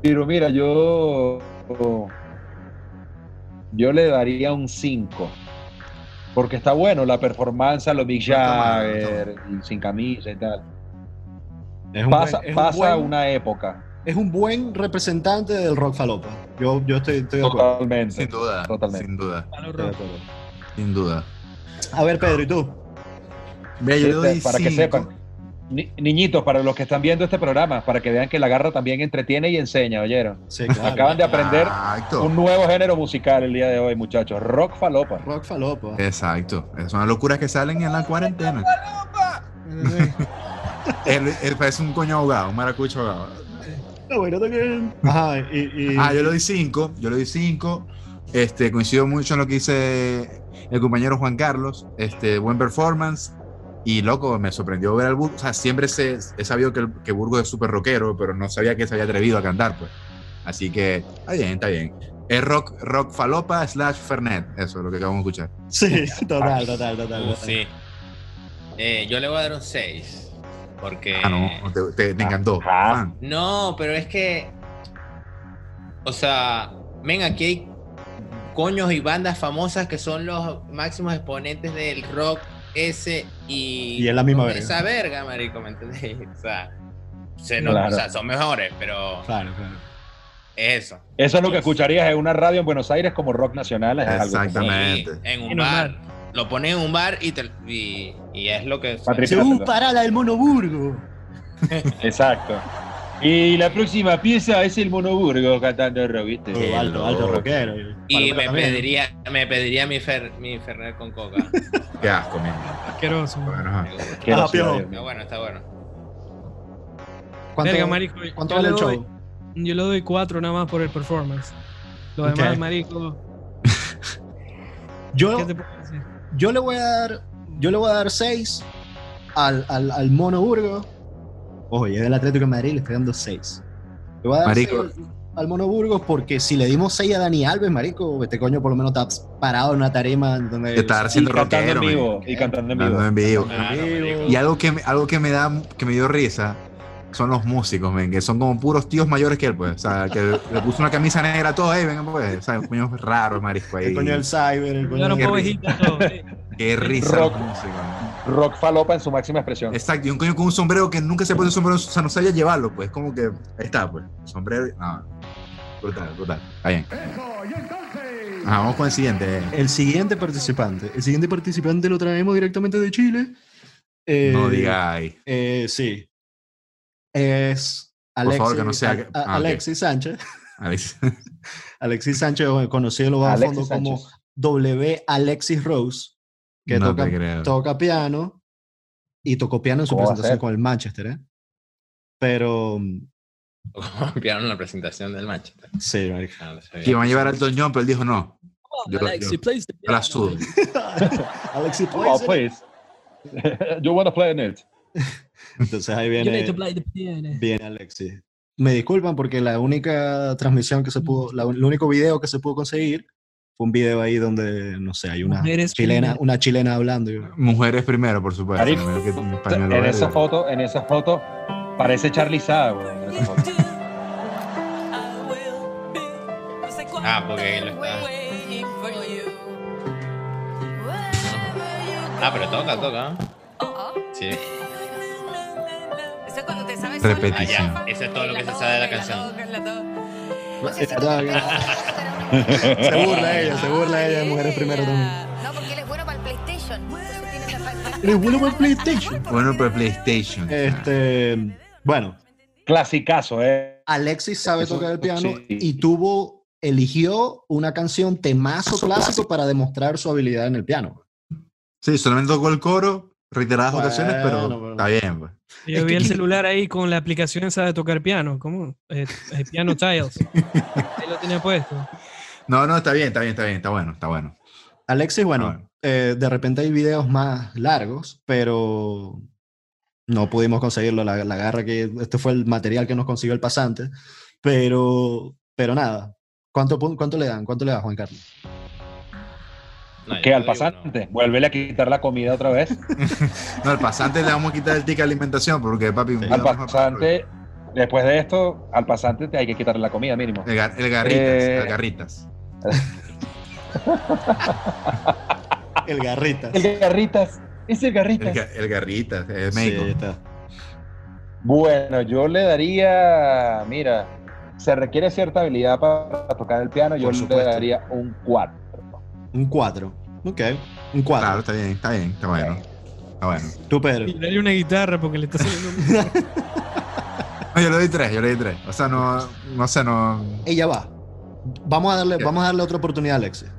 Pero mira, yo. Yo le daría un 5. Porque está bueno la performance, a lo Mick No está mal, no está Jagger, y sin camisa y tal. Es un Pasa, buen- es un pasa buen- una época. es un buen representante del rock falopa. Yo, yo estoy, estoy de acuerdo. Totalmente. Sin duda, Totalmente. sin duda, A lo Estoy de rock. acuerdo. sin duda. A ver, Pedro, ¿y tú? Mira, yo le doy Este, para que cinco. sepan. Ni- niñitos, para los que están viendo este programa, para que vean que la garra también entretiene y enseña, ¿oyeron? Sí, claro. (laughs) Acaban de aprender Exacto, un nuevo género musical el día de hoy, muchachos. Rock falopa. Rock falopa. Eh. exacto. Son las locuras que salen en la (laughs) cuarentena. Él, él parece un coño ahogado, un maracucho ahogado. Ah, No, bueno, también. Ajá, y, y- Ah, yo le doy 5, yo le doy 5. Este, coincido mucho en lo que dice el compañero Juan Carlos, este, buen performance. Y loco, me sorprendió ver al Burgos. O sea, siempre se, he sabido que, el- que Burgos es súper rockero, pero no sabía que se había atrevido a cantar, pues. Así que está bien, está bien. Es rock, rock falopa slash Fernet, eso es lo que acabamos de escuchar. Sí, (laughs) total, total, total. Uh, total. sí. Eh, yo le voy a dar un 6. Porque. Ah, no, te, te- te encantó. Ajá. Fan. No, pero es que. O sea, ven, aquí hay coños y bandas famosas que son los máximos exponentes del rock ese y. Y es la misma verga. Esa verga, marico, ¿me entendés? (laughs) O sea, se no- Claro. o sea, son mejores, pero Claro, claro. eso. Eso es lo que escucharías en una radio en Buenos Aires como rock nacional. es algo como- Exactamente. Totalmente. Sí, en un En un bar. Lo ponen en un bar y, te- y, y es lo que. Patricio. Según parada del monoburgo. Exacto. Y la próxima pieza es el Monoburgo cantando rock, ¿viste? Oh, alto, alto rockero. Y Paloma me también. pediría, me pediría mi, fer, mi Fernet (laughs) con coca. Qué asco, mira. Asqueroso. man. Bueno, ajá. Me gusta. Qué Ah, gracioso, piojo. Dios Está mío. bueno, está bueno. ¿Cuánto, Verga, marico. yo ¿cuánto le vale el doy- show? Yo le doy cuatro nada más por el performance. Lo Ok. demás, marico, ¿qué Yo, te puedo decir? yo le voy a dar. Yo le voy a dar 6 al, al, al monoburgo. Ojo, y es del Atlético de Madrid, le estoy dando 6. Le voy a dar Marico. seis al monoburgo porque si le dimos 6 a Dani Alves, marico, este coño por lo menos está parado en una tarima donde. Que estar Y siendo cantando en rockero, vivo. man. Y cantando en vivo. Hablando en vivo. Ah, no, Amigo. marico. Y algo que, me- algo que me da que me dio risa son los músicos, men, que son como puros tíos mayores que él, pues. O sea, que le puso una camisa negra a todo, eh, venga, pues. O sea, un coño raro, marisco ahí. El coño del cyber, el coño Yo no Qué puedo risa. viejita todo. (laughs) sí. Qué risa Rock. los músicos, men. Rock falopa en su máxima expresión. Exacto, y un coño con un sombrero que nunca se pone un sombrero, o sea, no sabía llevarlo, pues. Como que, ahí está, pues. Sombrero, y- no. Brutal, brutal. Está bien. Ajá, vamos con el siguiente. eh. Ah. El siguiente participante. El siguiente participante lo traemos directamente de Chile. Eh, No diga ahí. eh, sí. Es favor, Alexis, que no sea a- que- a- ah, ok. Alexis Sánchez. Alex. Alexis Sánchez, conocido en lo más a fondo Alexis como Sánchez. W. Alexis Rose, (laughs) que no toca, te creo. toca piano y tocó piano en su ¿Cómo va a presentación ser? con el Manchester. ¿eh? Pero, mm, (laughs) Copiaron la presentación del Manchester. sí, marico. Ah, no sabía. Que iban a llevar al Toñón, pero él dijo no. Yo- Alexis, yo- please. yo (laughs) la sudo. (laughs) Alexis Oh, plays it. please. (laughs) you wanna play in it. Entonces ahí You need to viene, play the piano. viene Alexis. Me disculpan porque la única transmisión que se pudo, la un- el único video que se pudo conseguir fue un video ahí donde, no sé, hay una Mujeres chilena, primero. una chilena hablando. yo- Mujeres primero, por supuesto. Marico, primero que un pañuelo En verde. esa foto, en esa foto, parece Charlie Sada, güey, en esa foto. Ah, porque él está. Ah, pero toca, toca. Sí. Eso es cuando te sabes Ah, Repetición. ya. Eso es todo lo que se sabe de la canción. Eh, (laughs) Se burla ella, se burla ella de Mujeres Primero también. No, porque él es bueno para el PlayStation. Entonces tiene la falta. Él es bueno para el PlayStation. Bueno, pero PlayStation. Este, bueno, Clasicazo, eh. Alexis sabe Eso- tocar el piano sí. y tuvo, eligió una canción temazo clásico para demostrar su habilidad en el piano. Sí, solamente tocó el coro, reiteradas Bueno, ocasiones, pero bueno. está bien, pues. Yo Es vi (laughs) que- el celular ahí con la aplicación esa de tocar piano. ¿Cómo? Eh, eh, piano (laughs) Tiles. Ahí lo tenía puesto. No, no, está bien, está bien, está bien, está bueno, está bueno. Alexis, bueno, Ah, bueno. eh, de repente hay videos más largos, pero no pudimos conseguirlo. La, la garra que este fue el material que nos consiguió el pasante, pero, pero nada. ¿Cuánto, pun- cuánto le dan? ¿Cuánto le da Juan Carlos? No, yo Que te al digo, pasante, vuélvele a quitar la comida otra vez. No, al pasante le vamos a quitar el ticket de alimentación porque, papi, un Al día vamos a- pasante, después de esto, al pasante te hay que quitarle la comida mínimo. El, gar- el garritas, Eh. el garritas. El Garrita. El garritas, es el El, garritas. ga- el garritas, el Sí, médico. ahí está. Bueno, yo le daría, mira, se requiere cierta habilidad para tocar el piano, yo Por le supuesto. daría un 4. Un 4. Ok. Un 4. claro, está bien, está bien, está bueno. Está bueno. Tú, Pedro. Y dale una guitarra porque le está saliendo. No, yo le doy tres, yo le doy tres. O sea, no, no sé, no. Ella va. Vamos a darle, ¿Qué? vamos a darle otra oportunidad a Alexis.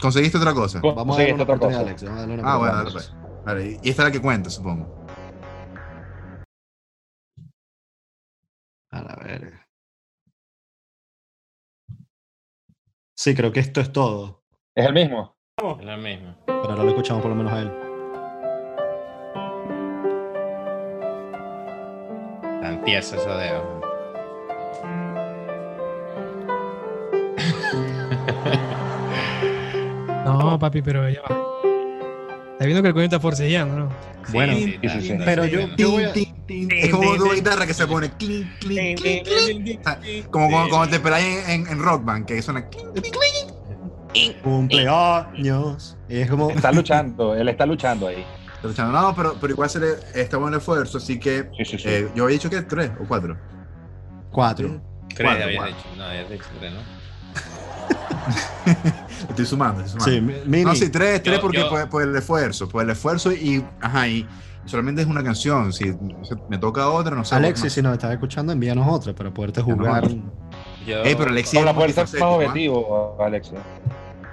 ¿Conseguiste otra cosa? Vamos a darle Conseguiste una otra oportunidad a cosa. Alexis. Vamos a darle una Ah, bueno, oportunidad a dale, Alexis. pues. Vale, y esta es la que cuenta, supongo. A la verga. Sí, creo que esto es todo. Es el mismo. no, es Lo mismo. Pero ahora lo escuchamos por lo menos a él. Tan tieso esos dedos. No, papi, pero ya va. Está viendo que el coño está forcejeando, ¿no? Sí, Bueno, sí, sí, está sí, sí. lindo, Pero sí, yo- bueno. yo voy a- Tin, tin, tin. Es como tu guitarra que se pone clink, clink, clink, clink. Como cuando, cuando te esperáis en, en, en Rock Band, que suena clink, clink, clink. (laughs) Cumpleaños. Y es como. Está luchando, él está luchando ahí. Está escuchando, No, pero, pero igual se le está buen esfuerzo, así que Sí, sí, sí. eh, yo había dicho que tres o cuatro. Cuatro. Tres Cuatro, habías cuatro. dicho. No, habías dicho tres, ¿no? Estoy sumando, estoy sumando. Sí, mi- mini. No, sí, tres, tres, Yo- porque yo- Por, por el esfuerzo, por el esfuerzo y, ajá, y solamente es una canción. Si se- me toca otra, no sé. Alexis, no- si nos estás escuchando, envíanos otra para poderte no, jugar. Yo, Ey, pero Alexis Con la es puerta más multifacético, ¿ah? objetivo, ¿eh? Alexis.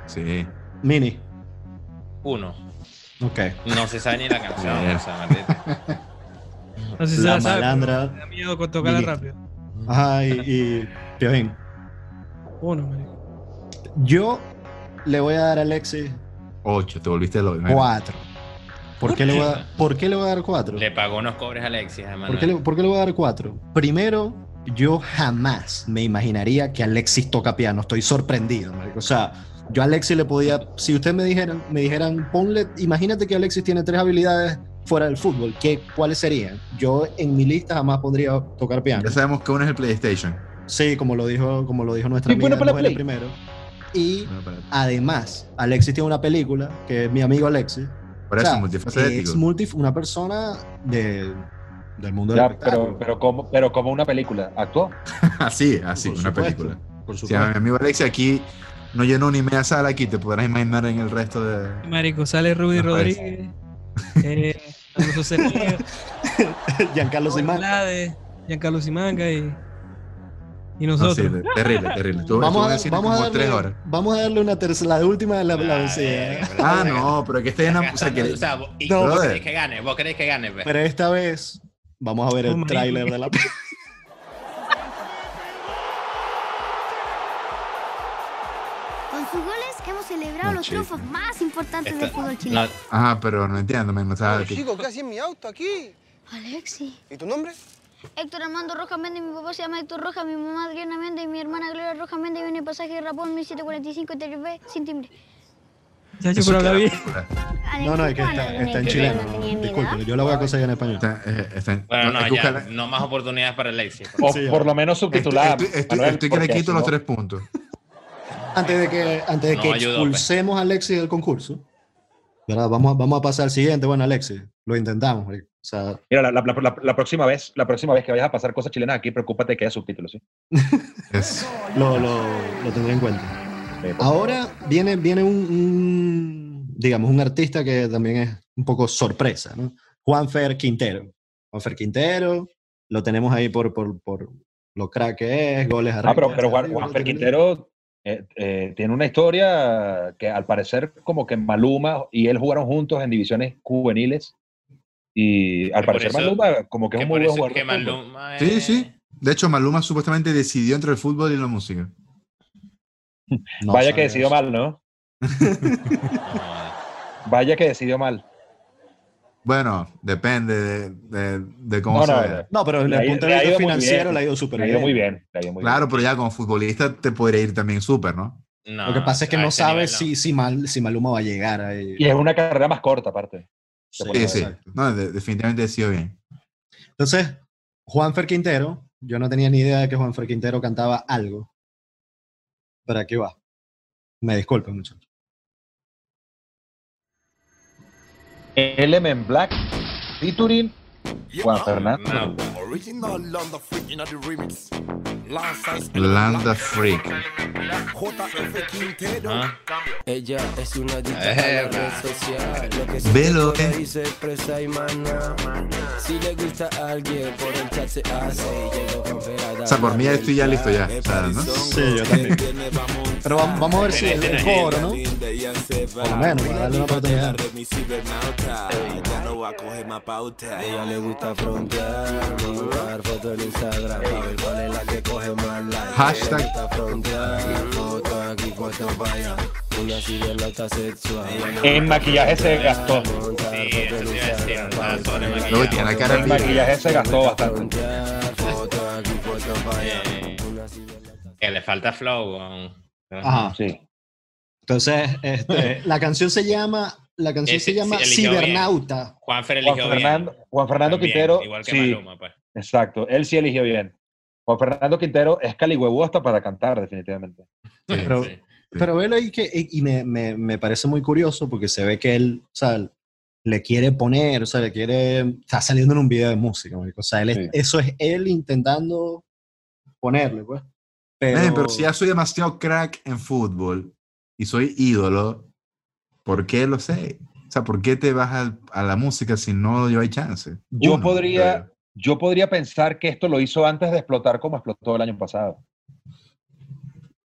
Sí. Mini. Uno. Ok. No se sabe ni la canción. Mierda. o sea, maldita. No sé si se La la sabe. pero malandra. Me da miedo con tocarla Mini. rápido. Ajá, y, y Piolín. Uno, marico. Yo le voy a dar a Alexis Ocho, te volviste loco. cuatro. ¿Por ¿Por qué le qué? voy a, ¿por qué le voy a dar cuatro? Le pagó unos cobres a Alexis, además. ¿Por qué, le, por qué le voy a dar cuatro? Primero, yo jamás me imaginaría que Alexis toca piano. Estoy sorprendido, marico. O sea, yo a Alexis le podía. Si ustedes me dijeran, me dijeran, ponle. Imagínate que Alexis tiene tres habilidades fuera del fútbol, ¿qué, ¿cuáles serían? Yo en mi lista jamás podría tocar piano. Ya sabemos que uno es el PlayStation. Sí, como lo dijo, como lo dijo nuestra Sí, amiga bueno, para Noelia Play. primero. Y Bueno, para- además, Alexis tiene una película que es mi amigo Alexis. Por eso, O sea, multifacético. Es multif- una persona de- del mundo del Ya, espectáculo. pero, pero, como, pero como una película, actuó. (laughs) (laughs) así, así, Por una supuesto, película. Por Si a mi supuesto. amigo Alexis aquí no llenó ni media sala, aquí te podrás imaginar en el resto de. Marico, sale Rudy Me parece. Rodríguez. Eh, Alonso (laughs) Cerrillo, Giancarlo Simán. Vlade, Giancarlo Simanga y, y No, sí, nosotros. te- terrible, terrible. Estuvo- estuvo Vamos en a, el cine vamos, a como tres darle, horas. vamos a darle una tercera, la última de la, ¿eh? la vencida. Ah, no, pero que esté en. O sea, que, vos- y No, vos brother. querés que gane, vos querés que gane. pues. Pero esta vez vamos a ver Oh, el marico. tráiler (laughs) de la película. Con sus goles hemos celebrado los Muchísimo. triunfos más importantes Esto- del fútbol no, chileno. ajá, pero no entiendo, men, no sabes que- Ah, Chico, ¿qué hacía en mi auto aquí? Alexi. ¿Y tu nombre? Héctor Armando Rojas Méndez, mi papá se llama Héctor Rojas, mi mamá Adriana Méndez, mi hermana Gloria Rojas Méndez, viene el pasaje de Rapón 1745 TRB sin timbre. Ya yo eso pero habla queda bien. película. Alexis No, no, es que Juana, está, está en que chileno. no tenía ni Disculpen, edad. yo la voy a conseguir en español. Está- eh, está- Bueno, hay no, que ya, buscarla- no más oportunidades para Alexis. pues. O Sí, por lo menos Estoy, subtitulada. estoy- estoy- Manuel, estoy que le porque quito si los no- tres puntos. Antes de que, antes de No que ayudó, pues. expulsemos a Alexis del concurso, ¿verdad? Vamos, a- vamos a pasar al siguiente. Bueno, Alexis, lo intentamos. marico. O sea, Mira, la, la- la- la próxima vez, la próxima vez que vayas a pasar cosas chilenas aquí, preocúpate que haya subtítulos, ¿sí? Eh, Es- lo, lo- lo tendré en cuenta. Ah, Eh, por- Ahora viene, viene un, un, digamos, un artista que también es un poco sorpresa, ¿no? Juanfer Quintero. Juanfer Quintero, lo tenemos ahí por, por, por lo crack que es, goles Ah, pero, arriba, pero Juan, arriba, Juan tiene- Quintero eh, eh, tiene una historia que al parecer como que Maluma y él jugaron juntos en divisiones juveniles y al Que por parecer eso- Maluma como que es Que un por muy buen eso jugador. es que de fútbol. Maluma Sí, es- sí. De hecho, Maluma supuestamente decidió entre el fútbol y la música. No Vaya que sabes. decidió mal, ¿no? No, Vaya que decidió mal. Bueno, depende de, de- de No, cómo se no, vea. No, pero Le desde ha el ido- punto le de ha vista ido muy financiero bien. le ha ido súper Le ha bien. ido muy bien. le ha ido muy bien. Claro, pero ya como futbolista te podría ir también súper, ¿no? no, Lo que pasa es que a no ese sabe nivel no. si, si, Mal- si Maluma va a llegar ahí. Y es una carrera más corta aparte. Sí, Sí, sí. exacto. No, de- definitivamente decidió bien. Entonces, Juanfer Quintero, yo no tenía ni idea de que Juanfer Quintero cantaba algo. Pero aquí va. Me disculpen, muchachos. Element Black, featuring Juan Fernández. No, Original Landa Freak in the remix. Lanzas Landa Freak. JF Quintero. ah, Ella Ah, es una adicta a Eh, la red social. Lo que Velo, se eh. por ahí se expresa y mana. Si le gusta a alguien, por el chat se hace. Llego con O sea, por mí ya estoy ya listo ya. O sea, ¿no? Sí, yo también. Pero vamos, vamos a ver si el, el coro, ¿no? Por lo menos, para darle una oportunidad. ah, Ya no va a coger más pauta. Ella le gusta frontear, montar fotos en Instagram para ver cuál es la que coge más likes. Hashtag. Le gusta frontear, foto aquí, foto para allá. Una sirenota sexual. En maquillaje se gastó. Montar sí, foto eso en te iba a decir, Instagram pa' andaba ver cuál sobre es la que Luego tiene la cara En mira. maquillaje se gastó bastante. Frontear, foto aquí, foto para allá. Una sirenota que le falta flow. weón. Ajá. Sí. Entonces, (laughs) este, la canción se llama, la canción Ese- se llama sí, eligió bien. Cibernauta. Juanfer Juan eligió bien. Fernando, Juan Fernando también, Quintero. Igual que sí, Maluma, pues. exacto. Él sí eligió bien. Juan Fernando Quintero es calihuevo hasta para cantar, definitivamente. Sí. Pero, Sí. pero velo ahí que, y y me, me, me parece muy curioso porque se ve que él, o sea, le quiere poner, o sea, le quiere, está saliendo en un video de música, marico. o sea, él es- Sí. eso es él intentando ponerle, pues. Pero, Men, pero si ya soy demasiado crack en fútbol y soy ídolo, ¿por qué lo sé? O sea, ¿por qué te vas al- a la música si no yo hay chance? Yo Uno, podría- creo Yo podría pensar que esto lo hizo antes de explotar como explotó el año pasado.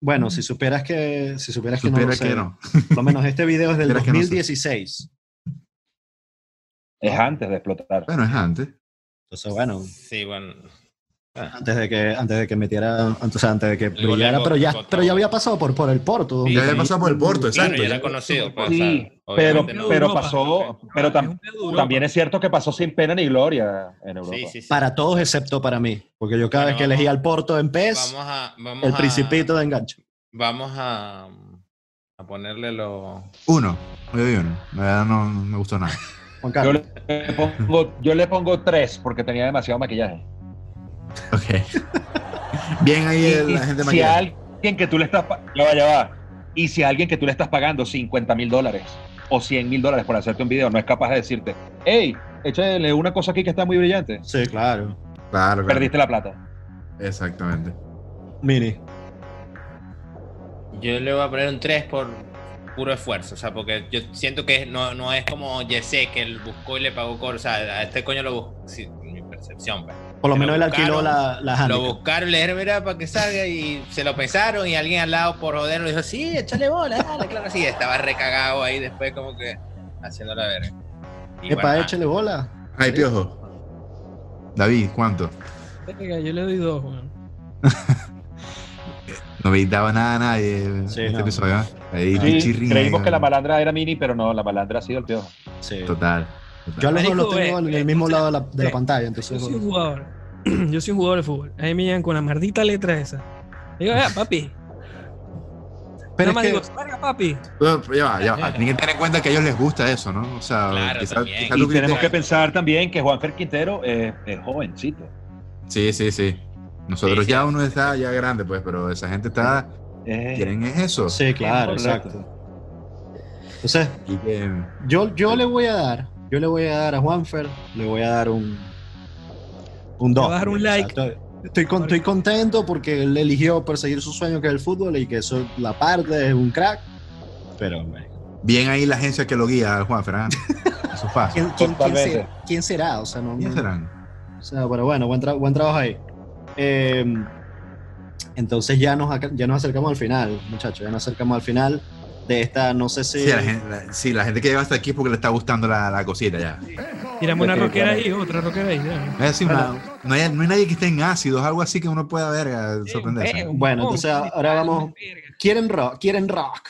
bueno, si supieras que, si supieras yo. que no, lo Supiera que sé. no. Por lo menos este video es del Supieras que no sé. 2016. Es antes de explotar. Bueno, es antes. Entonces, bueno, Sí, bueno. antes de que, antes de que metiera, antes, o sea, antes de que gol de brillara, pero Boca, ya, Boca. pero ya había pasado por, por el Porto. Sí, Ya ya había ahí- pasado por el Porto, Claro, exacto. ya era conocido. pues, Sí, o sea, pero obviamente no- pero Europa. pasó, pero tam- también es cierto que pasó sin pena ni gloria en Europa. Sí, sí, sí. Para todos excepto para mí, porque yo cada Bueno, vez que elegía vamos- al Porto en PES, Vamos a. Vamos el a- principito de enganche. Vamos a. A ponerle lo. (laughs) Uno. Yo di uno. La verdad no, no me gustó nada. Juan Yo Carlos. le, pongo, yo le pongo tres porque tenía demasiado maquillaje. Ok. Bien ahí Y- y la gente si a maquillada. alguien que tú le estás pa- ya va, ya va. Y si a alguien que tú le estás pagando 50 mil dólares o 100 mil dólares por hacerte un video no es capaz de decirte, hey, échale una cosa aquí que está muy brillante, Sí, claro. Claro, claro. perdiste la plata. Exactamente. Mini. Yo le voy a poner un 3 por puro esfuerzo, o sea, porque yo siento que no, no es como Jesse que él buscó y le pagó coro, o sea, a este coño lo buscó, sí, mi percepción, pues. Por lo Que lo menos él alquiló buscaron, la, la Lo handicap. buscaron, le dijeron, mira, para que salga y se lo pensaron y alguien al lado por joder lo dijo, sí, échale bola, dale, claro, sí, estaba recagado ahí después como que haciendo la verga. Y Epa, bueno, échale bola. Ay, piojo. David, ¿cuánto? Venga, yo le doy dos, weón. No me daba nada a nadie en Sí, este no. episodio. ¿eh? Ahí, Sí, pichirrín, creímos ahí, que la güey. malandra era mini, pero no, la malandra ha sido el piojo. Sí. Total. total. Yo a los dos los Marico, tengo ve, en ve, el mismo o sea, lado de la, de la ve, pantalla, Yo entonces. soy un jugador. (clears throat) Yo soy un jugador de fútbol. Ahí me llegan con la maldita letra esa. Digo, "Ah, papi. Nada Pero es más que- digo, salga, papi. Pero, pero ya va, ya va. Tienen que tener en cuenta que a ellos les gusta eso, ¿no? O sea, Claro, quizá- también. quizá Y tú Y tenemos que critiques- pensar también que Juanfer Quintero eh, es jovencito. Sí, sí, sí. Nosotros Sí, sí. ya uno está ya grande, pues, pero esa gente está. Eh, Quieren es eso. Sí, claro, Correcto. exacto. Entonces, Y que, yo, yo le voy a dar, yo le voy a dar a Juanfer, le voy a dar un un va a 2. dar un like. Estoy, con- estoy contento porque él eligió perseguir su sueño que es el fútbol y que eso la parte es un crack. Pero hombre, bien ahí la agencia que lo guía, Juan Ferran. A sus pasos. ¿quién, quién- quién Totalmente. ser- quién será? O sea, no, ¿Quiénes no- serán? O sea, pero bueno, buen, tra- buen trabajo ahí. Eh, entonces ya nos, aca- ya nos acercamos al final, muchachos, ya nos acercamos al final de esta, no sé si... Sí, la gente, la- sí, la gente que llega hasta aquí es porque le está gustando la, la cosita ya. Tiramos una roquera ahí, otra roquera ahí. ya. No hay, así una- no hay- no hay nadie que esté en ácidos, algo así que uno pueda ver, eh, sorprenderse. Bueno, Oh, entonces ah, ahora vamos- quieren rock, quieren rock.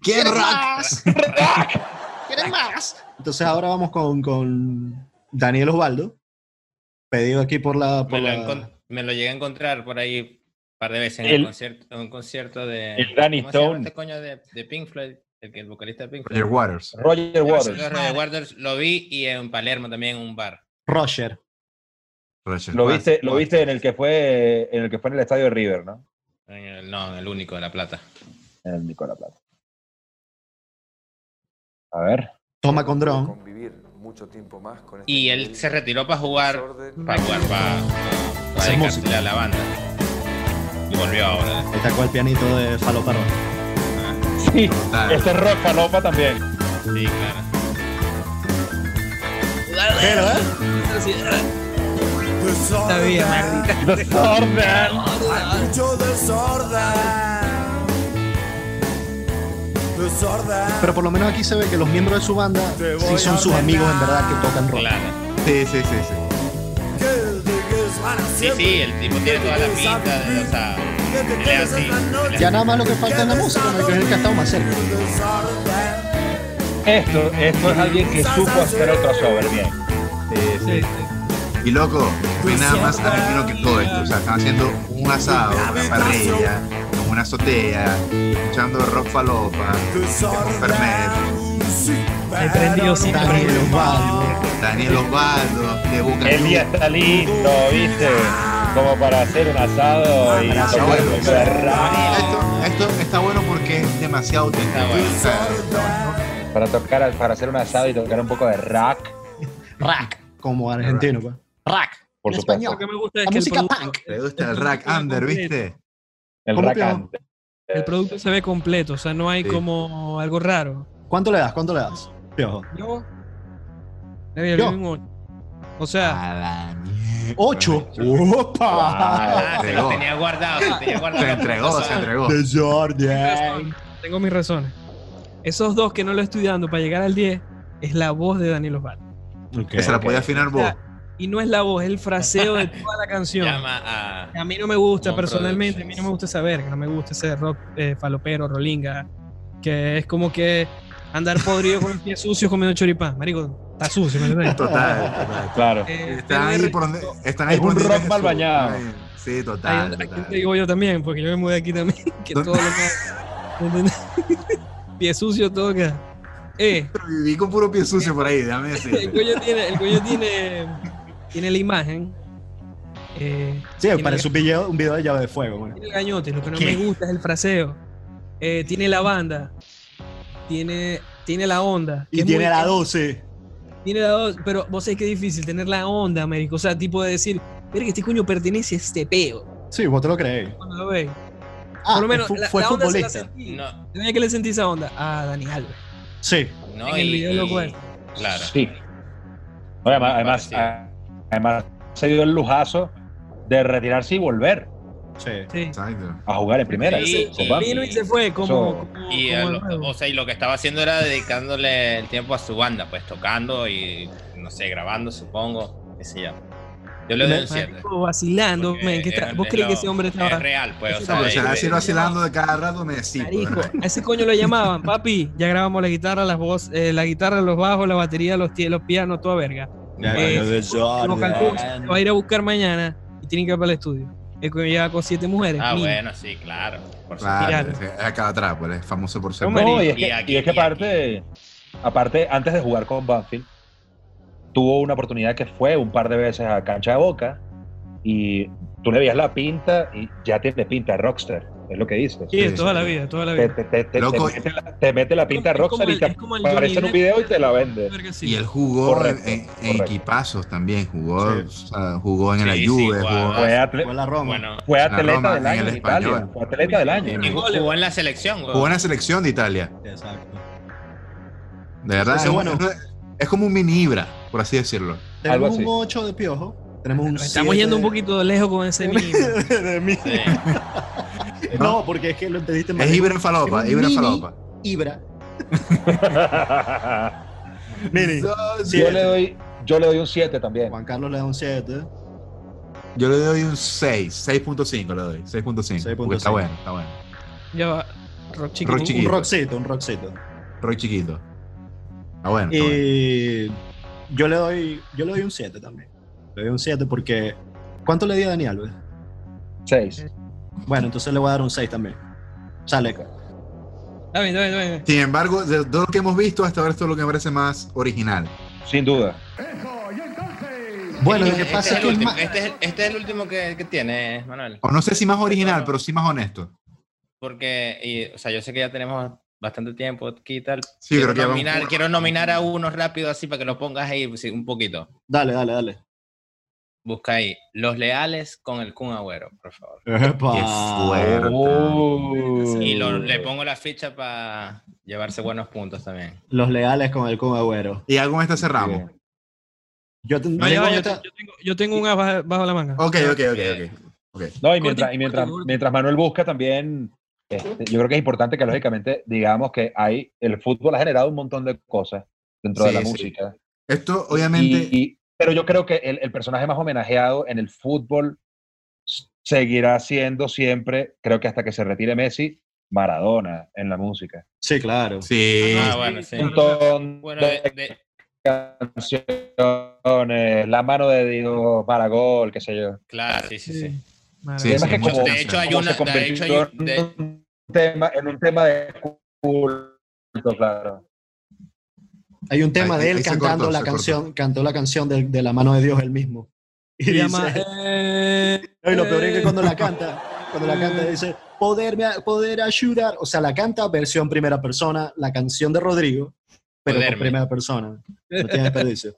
¿Quién rock? más? (laughs) ¿Quieren más? Entonces ahora vamos con, con Daniel Osvaldo, pedido aquí por la... ah, me, Por lo la- encon- me lo llegué a encontrar por ahí un par de veces en El- el concierto, en un concierto de... el Danny ¿cómo se llama Stone. este coño de, de Pink Floyd? El, que- el vocalista de Pink Floyd. Roger Waters. este? Roger Waters. Los Roger Waters eh, lo vi y en Palermo también en un bar. Roger. Roger Lo Waters. viste, lo viste en el que fue en el que fue en el estadio de River, ¿no? En el- no, en el único de La Plata. En el Nicolás Plata. A ver. Toma con dron. Convivir mucho tiempo más con este Y él nivel se de retiró para jugar, desorden. para jugar, para, para Hacer dedicarse música. a la banda. Y volvió ahora. Ahí Está con el pianito de Faloparón. Sí, Total. este es Rock Falopa también. Sí, claro. Pero, ¿eh? Está bien, maldita. The Swordman. Hay mucho desorden. Desorden. Pero por lo menos aquí se ve que los miembros de su banda Te voy sí son a sus amigos en verdad que tocan rock. claro. Sí, sí, sí, sí. Que llegues para Sí, sí, siempre. el tipo tiene toda la pinta, de, o sea, Que te él es quedes así. en la noche. Ya nada más lo que falta es la música, ¿no? que es el que ha estado más cerca. Desorden. Esto, esto es alguien que supo hacer el crossover bien. Sí, sí, sí. Y loco, no hay nada más argentino que todo esto. O sea, están haciendo un asado, una parrilla, en una azotea, escuchando rock falopa, con Fernet, Ahí prendido Tá siempre. Daniel Osvaldo. Daniel Osvaldo, de Boca El día está lindo, ¿viste? Como para hacer un asado y Para hacer tocar algo. un cerrado, Esto, esto está bueno porque es demasiado auténtico. Está bueno. O sea, para tocar para hacer un asado y tocar un poco de rock. Rack. Como argentino, pues. Rack. Por En supuesto. Lo español. que me gusta es La que el música producto- punk. le gusta el rack under, ¿viste? El ¿Cómo rack te va? and- El producto se ve completo, o sea, no hay Sí. como algo raro. ¿Cuánto le das? ¿Cuánto le das? Piojo. Yo. Le Yo. Ah. doy un ocho. O sea, A la mierda. Ocho. ¡Opa! Ah, Ah, se entregó. lo tenía guardado, se lo tenía guardado. Se entregó, se entregó. Desorden. razón, tengo mis razones. Esos dos que no lo estoy dando para llegar al 10 es la voz de Daniel Osvaldo. Ok. Que se la podía afinar vos. Y no es la voz, es el fraseo (laughs) de toda la canción. Llama a... A mí no me gusta Mon personalmente, a mí no Productions. me gusta esa verga, no me gusta ese rock eh, falopero, rolinga, que es como que andar podrido con los pies sucios comiendo choripán. Marico, está sucio, ¿me (laughs) entiendes? Total, total. Claro. Eh, Están pero ahí de por donde. resto, Están ahí Es por un donde rock dice mal Jesús. bañado. Ay, Sí, ahí total. donde- aquí total. te digo yo también, porque yo me mudé aquí también, (laughs) que ¿Dónde? (laughs) todo lo que... ¿me entiendes? Pie sucio, todo queda. Eh, Pero viví con puro pie eh, sucio por ahí, déjame el decir. cuello tiene, el cuello tiene, tiene la imagen. Eh, Sí, tiene parece el- un video, un video de llave de fuego. bueno. Tiene el gañote, lo que no ¿Qué? me gusta es el fraseo. Eh, tiene la banda. Tiene, tiene la onda. que Y es tiene muy- la 12. Tiene la dos, pero vos sabés que es difícil tener la onda, Américo. O sea, tipo de decir, mira que este coño pertenece a este peo. Sí, vos te lo crees. Cuando lo veis. Ah, Por lo menos, fu- la, fue la onda se la futbolista. sentí. No, ¿Tenía que le sentí esa onda? A Dani Alves. Sí. no, En el y- video y- loco es. Claro. Sí. No, y además, además, Parecido. a- además se dio el lujazo de retirarse y volver Sí. Sí. Exacto. a jugar en primera. Sí, con y- Bambi. Vino y se fue como. Eso- como- Y, como a lo- nuevo. o sea, y lo que estaba haciendo era dedicándole el tiempo a su banda, pues tocando y, no sé, grabando, supongo, qué sé yo. Yo le doy un 7. Marico, vacilando, porque men, que está- es- ¿Vos es crees que lo- ese hombre estaba.? Es real, pues, o Eso sea, No, no, pero es- si eh, así eh, vacilando de cada rato, me decís. pues, Marico, (laughs) a ese coño lo llamaban, papi. Ya grabamos la guitarra, las voz, eh, la guitarra, los bajos, la batería, los, tie- los pianos, toda verga. Eh, Como Cancún, lo va a ir a buscar mañana y tienen que ir para el estudio. El coño llega con siete mujeres. Ah, mínimo. bueno, sí, claro. Por Claro, Mirá. sí, es acá atrás, pues, es famoso por ser. No, bueno. No, y es Y que, aquí, y es que y aquí. aparte, aparte, antes de jugar con Banfield, tuvo una oportunidad que fue un par de veces a cancha de boca y tú le veías la pinta y ya tiene pinta de rockstar, es lo que dices. Sí, Sí, toda sí. la vida, toda la Te, vida. te- te- te- Loco. te mete la, te mete la pinta de Es como rockstar el- y te es como el aparece en un Johnny Depp. video y te la vende. Verga, sí. Y él jugó Correcto, en, en- en correcto. equipazos también, jugó, Sí. o sea, jugó en la Sí, sí, Juve, jugó. jugó- Fue, atle- Fue la Roma. Bueno, fue en la atleta Roma, del en año el en Italia. español. Fue atleta del año. y jugó, jugó en la selección, güey. jugó en la selección de Italia. Exacto. De verdad, Entonces, es, un- bueno. es una- es como un mini Ibra, por así decirlo. Algo Tenemos así. un 8 de piojo. Tenemos un Nos Estamos yendo un poquito de lejos con ese mínimo. poquito de mí. Sí. (laughs) No, porque es que lo entendiste mal. Es Ibra Falopa, un Ibra mini- Falopa. Ibra. Mini. yo, le doy, yo le doy un 7 también. Juan Carlos le da un 7. Yo le doy un 6, 6.5 le doy, 6.5. Porque está 6.5. bueno, está bueno. Ya va. Rock chiquito. Rock Un chiquito. rockcito, un rockcito. Roy chiquito. Está bueno. Eh, está bueno. Y yo le doy, yo le doy un 7 también. Le doy un 7 porque. ¿Cuánto le di a Dani Alves? 6. Bueno, entonces le voy a dar un 6 también. Sale. Está bien, está bien, está bien. Sin embargo, de todo lo que hemos visto hasta ahora, esto es lo que me parece más original. Sin duda. Bueno, lo que Este pasa es es el que. es último- ma- Este es el- este es el último que, que tiene, Manuel. O no sé si más original, pero sí más honesto. Porque, y, o sea, yo sé que ya tenemos bastante tiempo aquí y tal. Sí, quiero, creo que nominar, vamos- quiero nominar a uno rápido así para que lo pongas ahí sí, un poquito. Dale, dale, dale. Busca ahí. Los leales con el Kun Agüero, por favor. Qué fuerte. Y lo- le pongo la ficha para llevarse buenos puntos también. Los leales con el Kun Agüero. Y algo con esta cerramos. Bien. Yo ten- No, ya tengo va, yo, esta- te- yo tengo, yo tengo un as bajo, bajo la manga. Ok, ok, ok, ok. No, y Corti, mientras, y mientras, corti, corti. mientras Manuel busca también, este, yo creo que es importante que lógicamente digamos que hay, el fútbol ha generado un montón de cosas dentro de Sí, la sí. música. Esto, Y, obviamente, y- pero yo creo que el, el personaje más homenajeado en el fútbol s- seguirá siendo siempre, creo que hasta que se retire Messi, Maradona en la música. Sí, claro. sí. Ah, bueno, sí. Un montón Bueno, de de- de- canciones, la mano de Diego Maragol, qué sé yo. claro, sí, sí, sí. Madre. Sí, Además sí, que como- muchas de hecho, gracias. hay cómo una- se convirtió de hecho, hay- de- en, un tema, en un tema de culto, claro. Hay un tema Ahí- de él ahí se cantando cortó, la se cortó. canción, cantó la canción de, de la mano de Dios él mismo. Y, Se dice, llama, (laughs) eh, no, y lo peor es eh, que cuando la canta, cuando la canta dice, poderme, a- poder ayudar. O sea, la canta versión primera persona, la canción de Rodrigo, pero con Poderme. primera persona. No tiene desperdicio.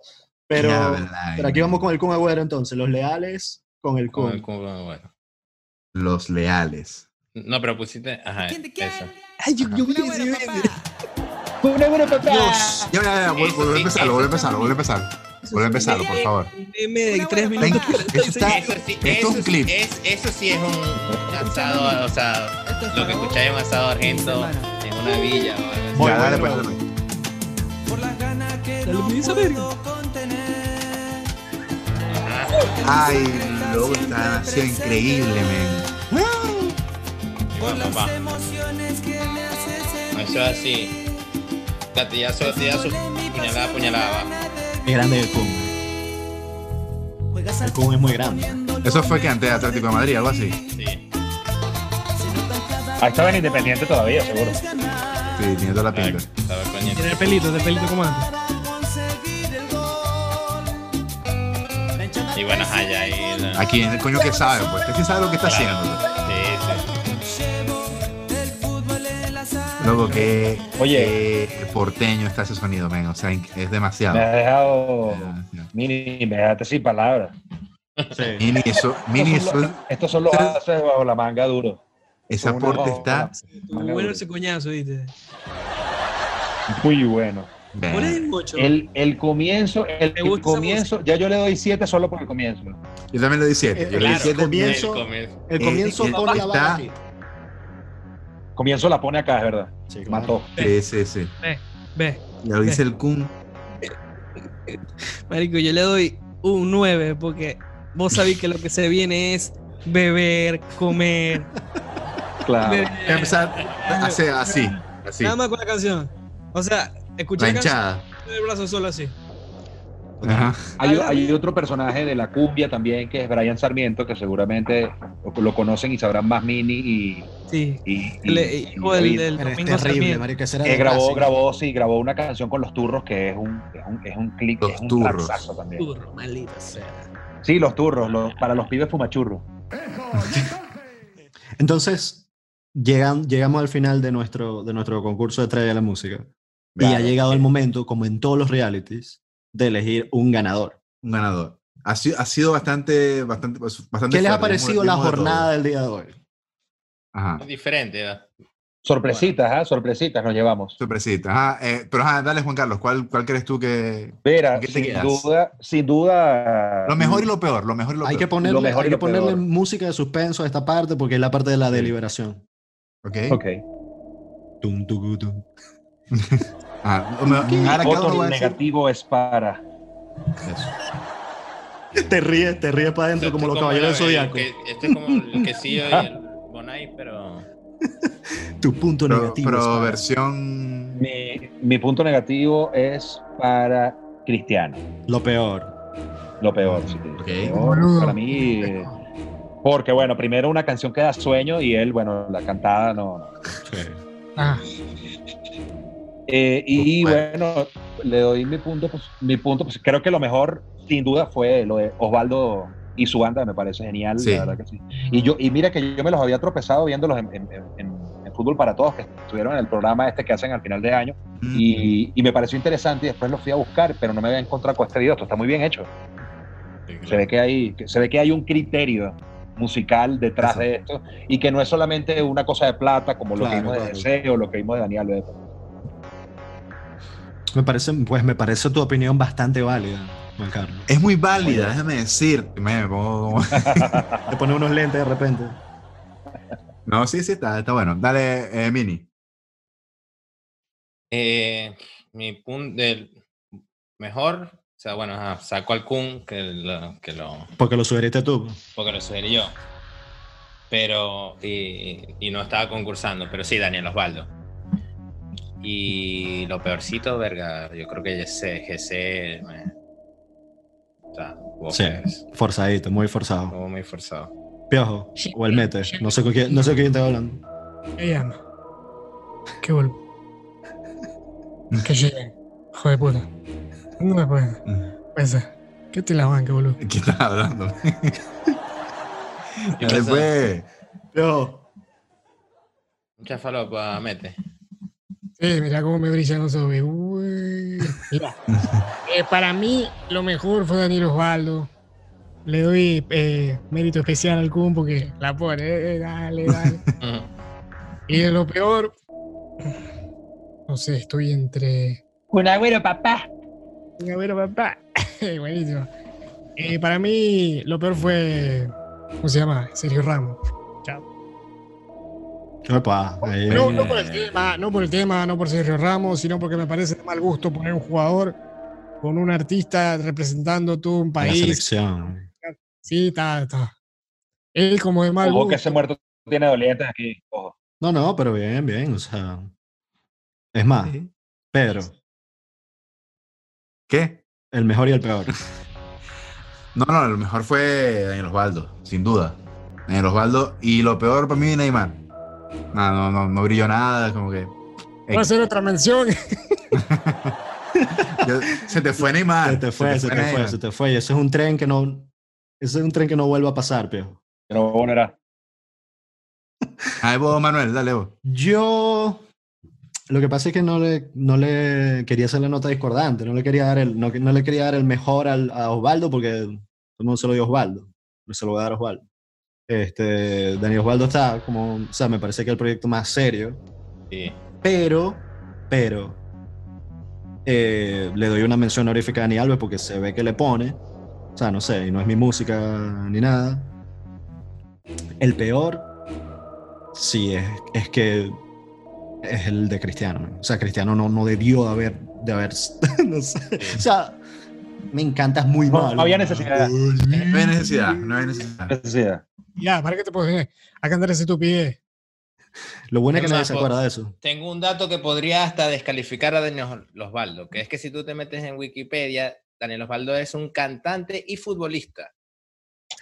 Pero, Ya, verdad, pero aquí vamos con el Kun Agüero entonces, los leales con el Con el Kun. Kun Agüero. Los leales. No, pero pusiste. Ajá, eso. Ay, yo, yo quería decir Dios. Ya, ya, ya, vuelve Eso vuelve a sí, empezarlo, eso vuelve a empezarlo, vuelve a empezar. Vuelve a empezarlo, por favor. un meme de tres minutos. Thank you. Eso está- Eso sí, Esto es eso un sí clip. es- eso sí es un asado, o sea, lo que escucháis en un asado argento en una villa. o algo así. Ya, dale, bueno. pues, dale. Por las ganas que La no luz, verga. puedo contener. Ay, loco, está demasiado increíble, men. Por Bueno, las papá. emociones que me haces Eso es así. Gatillazo, gatillazo, puñalada, puñalada. va. Es grande el Kun. El Kun es muy grande. Eso fue que antes de Atlético de Madrid, algo así. Sí. Ahí estaba en Independiente todavía, seguro. Sí, tiene toda la Estaba pinta. estaba con coño. Tiene el pelito, del pelito como antes. Y bueno, allá y la- Aquí, el coño que sabe, pues. Este sí sabe lo que está Claro. haciendo. Sí, Luego pues? que. Oye. porteño está ese sonido, men. O sea, es demasiado. Me has dejado. Demasiado. Mini, me dejaste sin palabras. Sí. Mini, eso. Mini, estos, son los, eso- estos son los haces bajo la manga duro. ese aporte está. Estuvo bueno ese coñazo, ¿viste? Muy bueno. ¿Cuál es Ven. el 8? El, el comienzo, el, Me gusta esa comienzo, ya yo le doy 7 solo por el comienzo. Yo también le doy 7. Yo le doy Claro, 7 sí. comienzo. Eso- El comienzo. El Eh, comienzo eh, pone la bala está- aquí. Comienzo la pone acá, es verdad. Sí, Mató. Sí, sí, sí. Ve, Ya lo dice el Kun. marico, yo le doy un 9 porque vos sabés que lo que se viene es beber, comer. Claro. beber. Voy a empezar a hacer así. Así. Nada más con la canción. O sea, escuché La la canción hinchada. con el brazo solo así. Ajá. Hay, hay otro personaje de la cumbia también que es Brian Sarmiento, que seguramente lo conocen y sabrán más Mini y. Sí. y- y- El, y- hijo del, y- del Pero es domingo terrible, también. marico. Ese era que el Eh, grabó, clásico. grabó, sí, grabó una canción con los turros que es un, es un, es un clic, Los es un Turros. trazazo también. Turro, maldita sea. Sí, los turros, los- para los pibes fumachurros. Entonces, llegan, llegamos al final de nuestro, de nuestro concurso de Estrella de la Música. y ha Claro. llegado el momento, como en todos los realities, de elegir un ganador. Un ganador. Ha sido, ha sido bastante, bastante, pues, bastante. ¿Qué les ha fuerte. parecido Vimos- la vimos de todo. jornada del día de hoy? Ajá. Diferente, ¿verdad? Sorpresitas, ¿ah? Sorpresitas nos llevamos. Sorpresita. Ajá, eh, pero ajá, dale, Juan Carlos, ¿cuál, ¿cuál crees tú que. Vera, ¿Con qué te sin quedas? duda, sin duda. Lo mejor y lo peor, lo mejor y lo Hay que peor. ponerle, mejor y hay que lo peor. ponerle música de suspenso a esta parte porque es la parte de la deliberación. Ok. Ok. Tum, tucu, tum. (laughs) Ajá. Lo mejor- Ah, Ahora cada uno Voto va a decir. negativo es para. Eso. Te ríes, te ríes para Esto adentro es como los caballeros del el- zodiaco. el que- Esto es como el quesillo y el bonai, pero. Tu punto Pero, negativo. pero Sara. versión. Mi, mi punto negativo es para Cristiano. Lo peor. Lo peor, sí. Ok. Peor para mí. eh, Porque, bueno, primero una canción que da sueño y él, bueno, la cantada no. no. Ah, Eh, y Bueno. bueno, le doy mi punto, pues, mi punto, pues, creo que lo mejor, sin duda, fue lo de Osvaldo y su banda, me parece genial, Sí. la verdad que sí. Y, yo, y mira que yo me los había tropezado viéndolos en, en- en- en Fútbol para Todos, que estuvieron en el programa este que hacen al final de año, Mm. y, y me pareció interesante y después lo fui a buscar, pero no me había encontrado con este video, esto está muy bien hecho. Se ve que hay, que- se ve que hay un criterio musical detrás Eso. de esto y que no es solamente una cosa de plata como lo Claro, que vimos claro. de Deseo, lo que vimos de Daniel Alves. Me parece, pues me parece tu opinión bastante válida, Juan Carlos. Es muy válida, déjame decir. Me (laughs) pongo- Te pone unos lentes de repente. (laughs) No, sí, sí, está, está bueno. Dale, eh, Mini. Eh, mi punto del mejor, o sea, bueno, ajá, saco al Kun que lo, que lo, Porque lo sugeriste tú. porque lo sugerí yo. Pero, y, y no estaba concursando, pero sí, Daniel Osvaldo. Y lo peorcito, verga, yo creo que ese GC. me- o sea, vos Sí. ves, Forzadito, muy forzado. estuvo muy forzado. Piojo. O el mete. No sé con quién, no sé con quién te hablando. ¿Qué llama? Que vuelvo. Que lleguen. Joder puta. No me puede. Mm. Puede ser. ¿Qué te la banca, boludo? ¿Qué estás (laughs) hablando? ¿Qué Dale, pasa? pues. Piojo. Mucha falopa, mete. Sí, mira cómo me brillan los ojos. Uy. Mira, eh, para mí lo mejor fue Daniel Osvaldo. Le doy eh, mérito especial al Kun porque la pone. eh, dale, dale. Ujú. y de lo peor, no sé, estoy entre. Un agüero, papá. A ver, papá. (laughs) Buenísimo. Eh, para mí lo peor fue. ¿Cómo se llama? Sergio Ramos. Opa, ahí No, viene. no por el tema, no por el tema, no por Sergio Ramos, sino porque me parece de mal gusto poner un jugador con un artista representando todo un la país. selección. Sí, está, está. Él como de mal Ojo que gusto. ese muerto tiene dolientes aquí. Ojo. No, no, pero bien, bien. O sea. Es más, Pedro, ¿Qué? el mejor y el peor. No, no, lo mejor fue Daniel Osvaldo, sin duda. Daniel Osvaldo. Y lo peor para mí, Neymar. No, no, no, no brilló nada, como que. Voy a hacer otra mención. Yo- se te fue Neymar. Ah, (laughs) Se te fue, se te fue, Neymar. se te fue. Y Ese es un tren que no. Ese es un tren que no vuelva a pasar, pio. Pero volverá. Ahí Ah, vos, Manuel, dale vos. Yo. Lo que pasa es que no le, no le quería hacer la nota discordante, no le quería dar el, no, no le quería dar el mejor al, a Osvaldo porque no se lo dio Osvaldo, no se lo voy a dar a Osvaldo. Este, Daniel Osvaldo está como, o sea, me parece que es el proyecto más serio, Sí. pero, pero, eh, le doy una mención honorífica a Dani Alves porque se ve que le pone, o sea, no sé, y no es mi música ni nada. El peor, sí, es, es que es el de Cristiano. man. O sea, Cristiano no, no debió de haber, de haber, (laughs) no sé. o sea, me encantas muy No, mal. no había necesidad. No hay necesidad, no hay necesidad. Necesidad. (laughs) Ya, ¿para qué te puedo decir? A cantar ese estupidez. Lo bueno es que Es nadie más, se po- acuerda de eso. Tengo un dato que podría hasta descalificar a Daniel Osvaldo, que es que si tú te metes en Wikipedia, Daniel Osvaldo es un cantante y futbolista.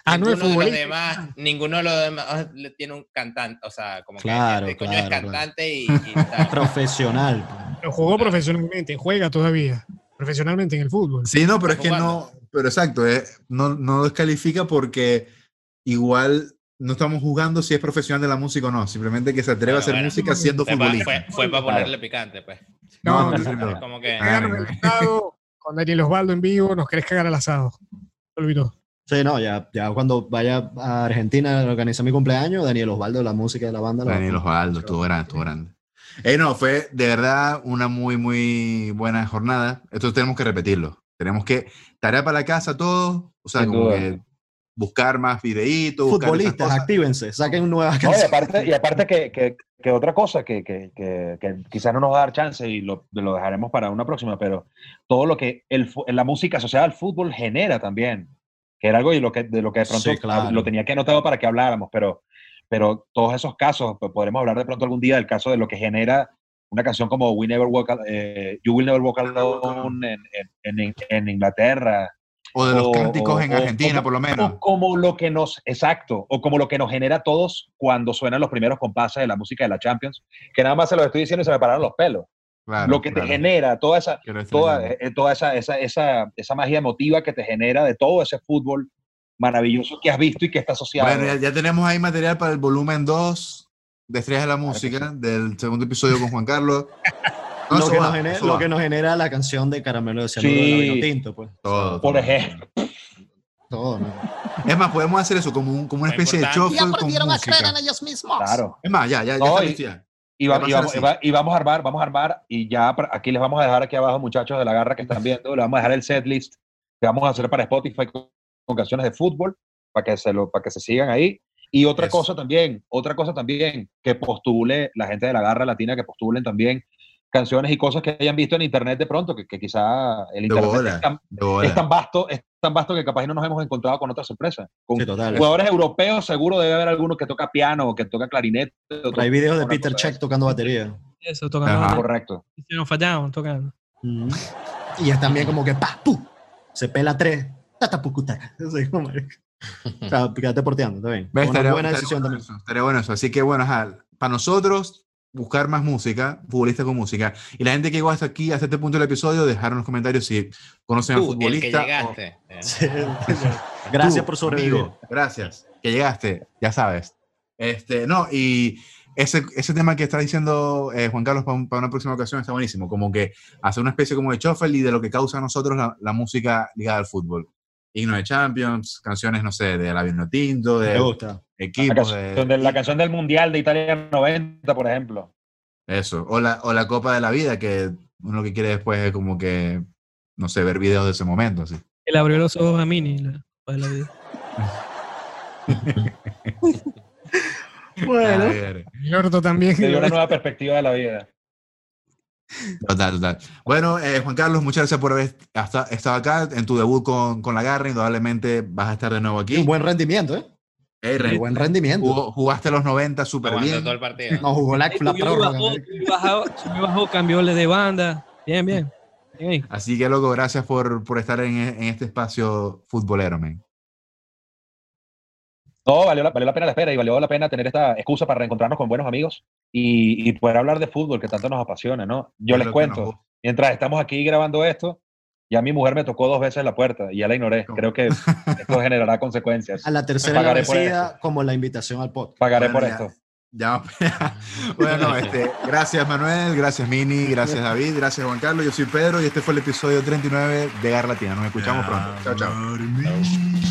Ah, no es Ninguno de los futbolista. demás- ninguno de los demás le tiene un cantante, o sea, como Claro, que este coño claro, es claro. cantante y- y, tal. Profesional. pues. Lo jugó profesionalmente, juega todavía. Profesionalmente en el fútbol. Sí, no, pero es que no, Jugando. pero exacto, eh, no, no descalifica porque igual no estamos jugando si es profesional de la música o no, simplemente que se atreve Bueno, a hacer bueno. música siendo Fue pa- futbolista. Fue, para ponerle picante, pues. No, No, no, no, no. Como que. Ah, Cagaron el (laughs) asado con Daniel Osvaldo en vivo, nos querés cagar al asado. Te olvidó. Sí, no, ya, ya cuando vaya a Argentina a organizar mi cumpleaños, Daniel Osvaldo, la música de la banda. la va a Daniel poner. Osvaldo, estuvo grande, estuvo grande. Eh, no, fue de verdad una muy, muy buena jornada. Esto tenemos que repetirlo. Tenemos que tarea para la casa todos, o sea, Sin como duda. que buscar más videitos, buscar esas Futbolistas, cosas. actívense, saquen nuevas (laughs) No, y canciones. aparte, y aparte que, que- que otra cosa que, que- que- que quizás no nos va a dar chance y lo, lo dejaremos para una próxima, pero todo lo que el, fu- la música asociada al fútbol genera también, que era algo y lo que, de lo que de pronto Sí, claro. lo tenía que anotado para que habláramos, pero, pero todos esos casos, pues, podremos hablar de pronto algún día del caso de lo que genera una canción como We Never Walk Al- eh, You Will Never Walk Alone en, en- en- en Inglaterra, O de los o- cánticos en o- Argentina, o- por lo menos. o como lo que nos, exacto, o como lo que nos genera a todos cuando suenan los primeros compases de la música de la Champions, que nada más se los estoy diciendo y se me pararon los pelos. Claro, lo que claro. te genera, toda esa, Quiero decir, toda, eh, toda esa, esa, esa, esa magia emotiva que te genera de todo ese fútbol maravilloso que has visto y que está asociado. Bueno, (laughs) ya, ya tenemos ahí material para el volumen 2 de Estrellas de la Música, del segundo episodio con Juan (laughs) Carlos. No, lo, eso que va, nos genera, eso lo va. que nos genera la canción de Caramelo de Cianuro Sí. de la Vinotinto, pues. Todo, por todo. ejemplo. Todo, ¿no? Es más, podemos hacer eso como, un- como una Muy especie de importante. shuffle con música. ellos mismos. Claro. Es más, ya, ya, ya No, está y- listo ya. Y, va- Va a y ser vamos, así. y va- y vamos a armar, vamos a armar, y ya pra- aquí les vamos a dejar aquí abajo, muchachos de la garra que están viendo, le vamos a dejar el setlist que vamos a hacer para Spotify con, con canciones de fútbol, para que se lo, para que se sigan ahí. Y otra Eso. cosa también, otra cosa también, que postule la gente de la garra latina, que postulen también canciones y cosas que hayan visto en internet de pronto, que, que quizá el De internet bola, es tan, de es tan bola. vasto, es tan vasto que capaz no nos hemos encontrado con otra sorpresa. Con Sí, total. jugadores europeos seguro debe haber alguno que toca piano, o que toca clarinete. o Hay videos de una Peter cosa de Check tocando batería. Eso, tocando. Ajá. batería. esas. Correcto. Hicieron Fadown tocando. Ujú. Y es también como que pa, pu, se pela tres, tatapucuta. Sí, como- (laughs) o sea, quédate porteando, está bien. Ve, Una estaría- buena estaría decisión bueno también. eso, estaría bueno eso. Así que bueno, para nosotros, buscar más música, futbolistas con música. Y la gente que llegó hasta aquí, hasta este punto del episodio, dejar en los comentarios si conocen al Tú, el que futbolista. o- llegaste. Eh, Sí. Gracias Tú, por sobrevivir. amigo, gracias, que llegaste, ya sabes. Este, no, y ese, ese tema que está diciendo eh, Juan Carlos para una próxima ocasión está buenísimo, como que hacer una especie como de shuffle y de lo que causa a nosotros la, la música ligada al fútbol. Himno de Champions, canciones, no sé, de la Vino Tinto, Me de gusta. La equipos, canción, de de- la canción del Mundial de Italia 90, por ejemplo. eso, o la, o la Copa de la Vida, que uno lo que quiere después es como que, no sé, ver videos de ese momento, así. Él abrió los ojos a Mini. la- para la vida. Ah, Bueno, bien. El orto también. (laughs) Te dio una nueva perspectiva de la vida. Total, total. Bueno, eh, Juan Carlos, muchas gracias por haber hasta- estado acá en tu debut con, con la garra. Indudablemente vas a estar de nuevo y aquí. un buen rendimiento, ¿eh? Eh, Un Rey, buen rendimiento. jugó- jugaste los 90 súper aguantó bien. todo el partido. No jugó la, la Subió y prórroga. bajó, marico. subió y bajó, subió y bajó, cambióle de banda. Bien, bien. Bien ahí. Así que, loco, gracias por, por estar en, en este espacio futbolero, men. No, valió la, valió la pena la espera y valió la pena tener esta excusa para reencontrarnos con buenos amigos y, y poder hablar de fútbol que tanto nos apasiona, ¿no? Yo Es les lo que nos cuento, gusta. mientras estamos aquí grabando esto, ya mi mujer me tocó dos veces la puerta y ya la ignoré. ¿Cómo? Creo que esto generará consecuencias. A la tercera Pagaré por agradecida como la invitación al podcast. Pagaré Bueno, por ya. esto. Ya, (laughs) bueno, este, gracias Manuel, gracias Mini, gracias David, gracias Juan Carlos, yo soy Pedro y este fue el episodio 39 de Garlatina. Nos escuchamos pronto. Chao, chao.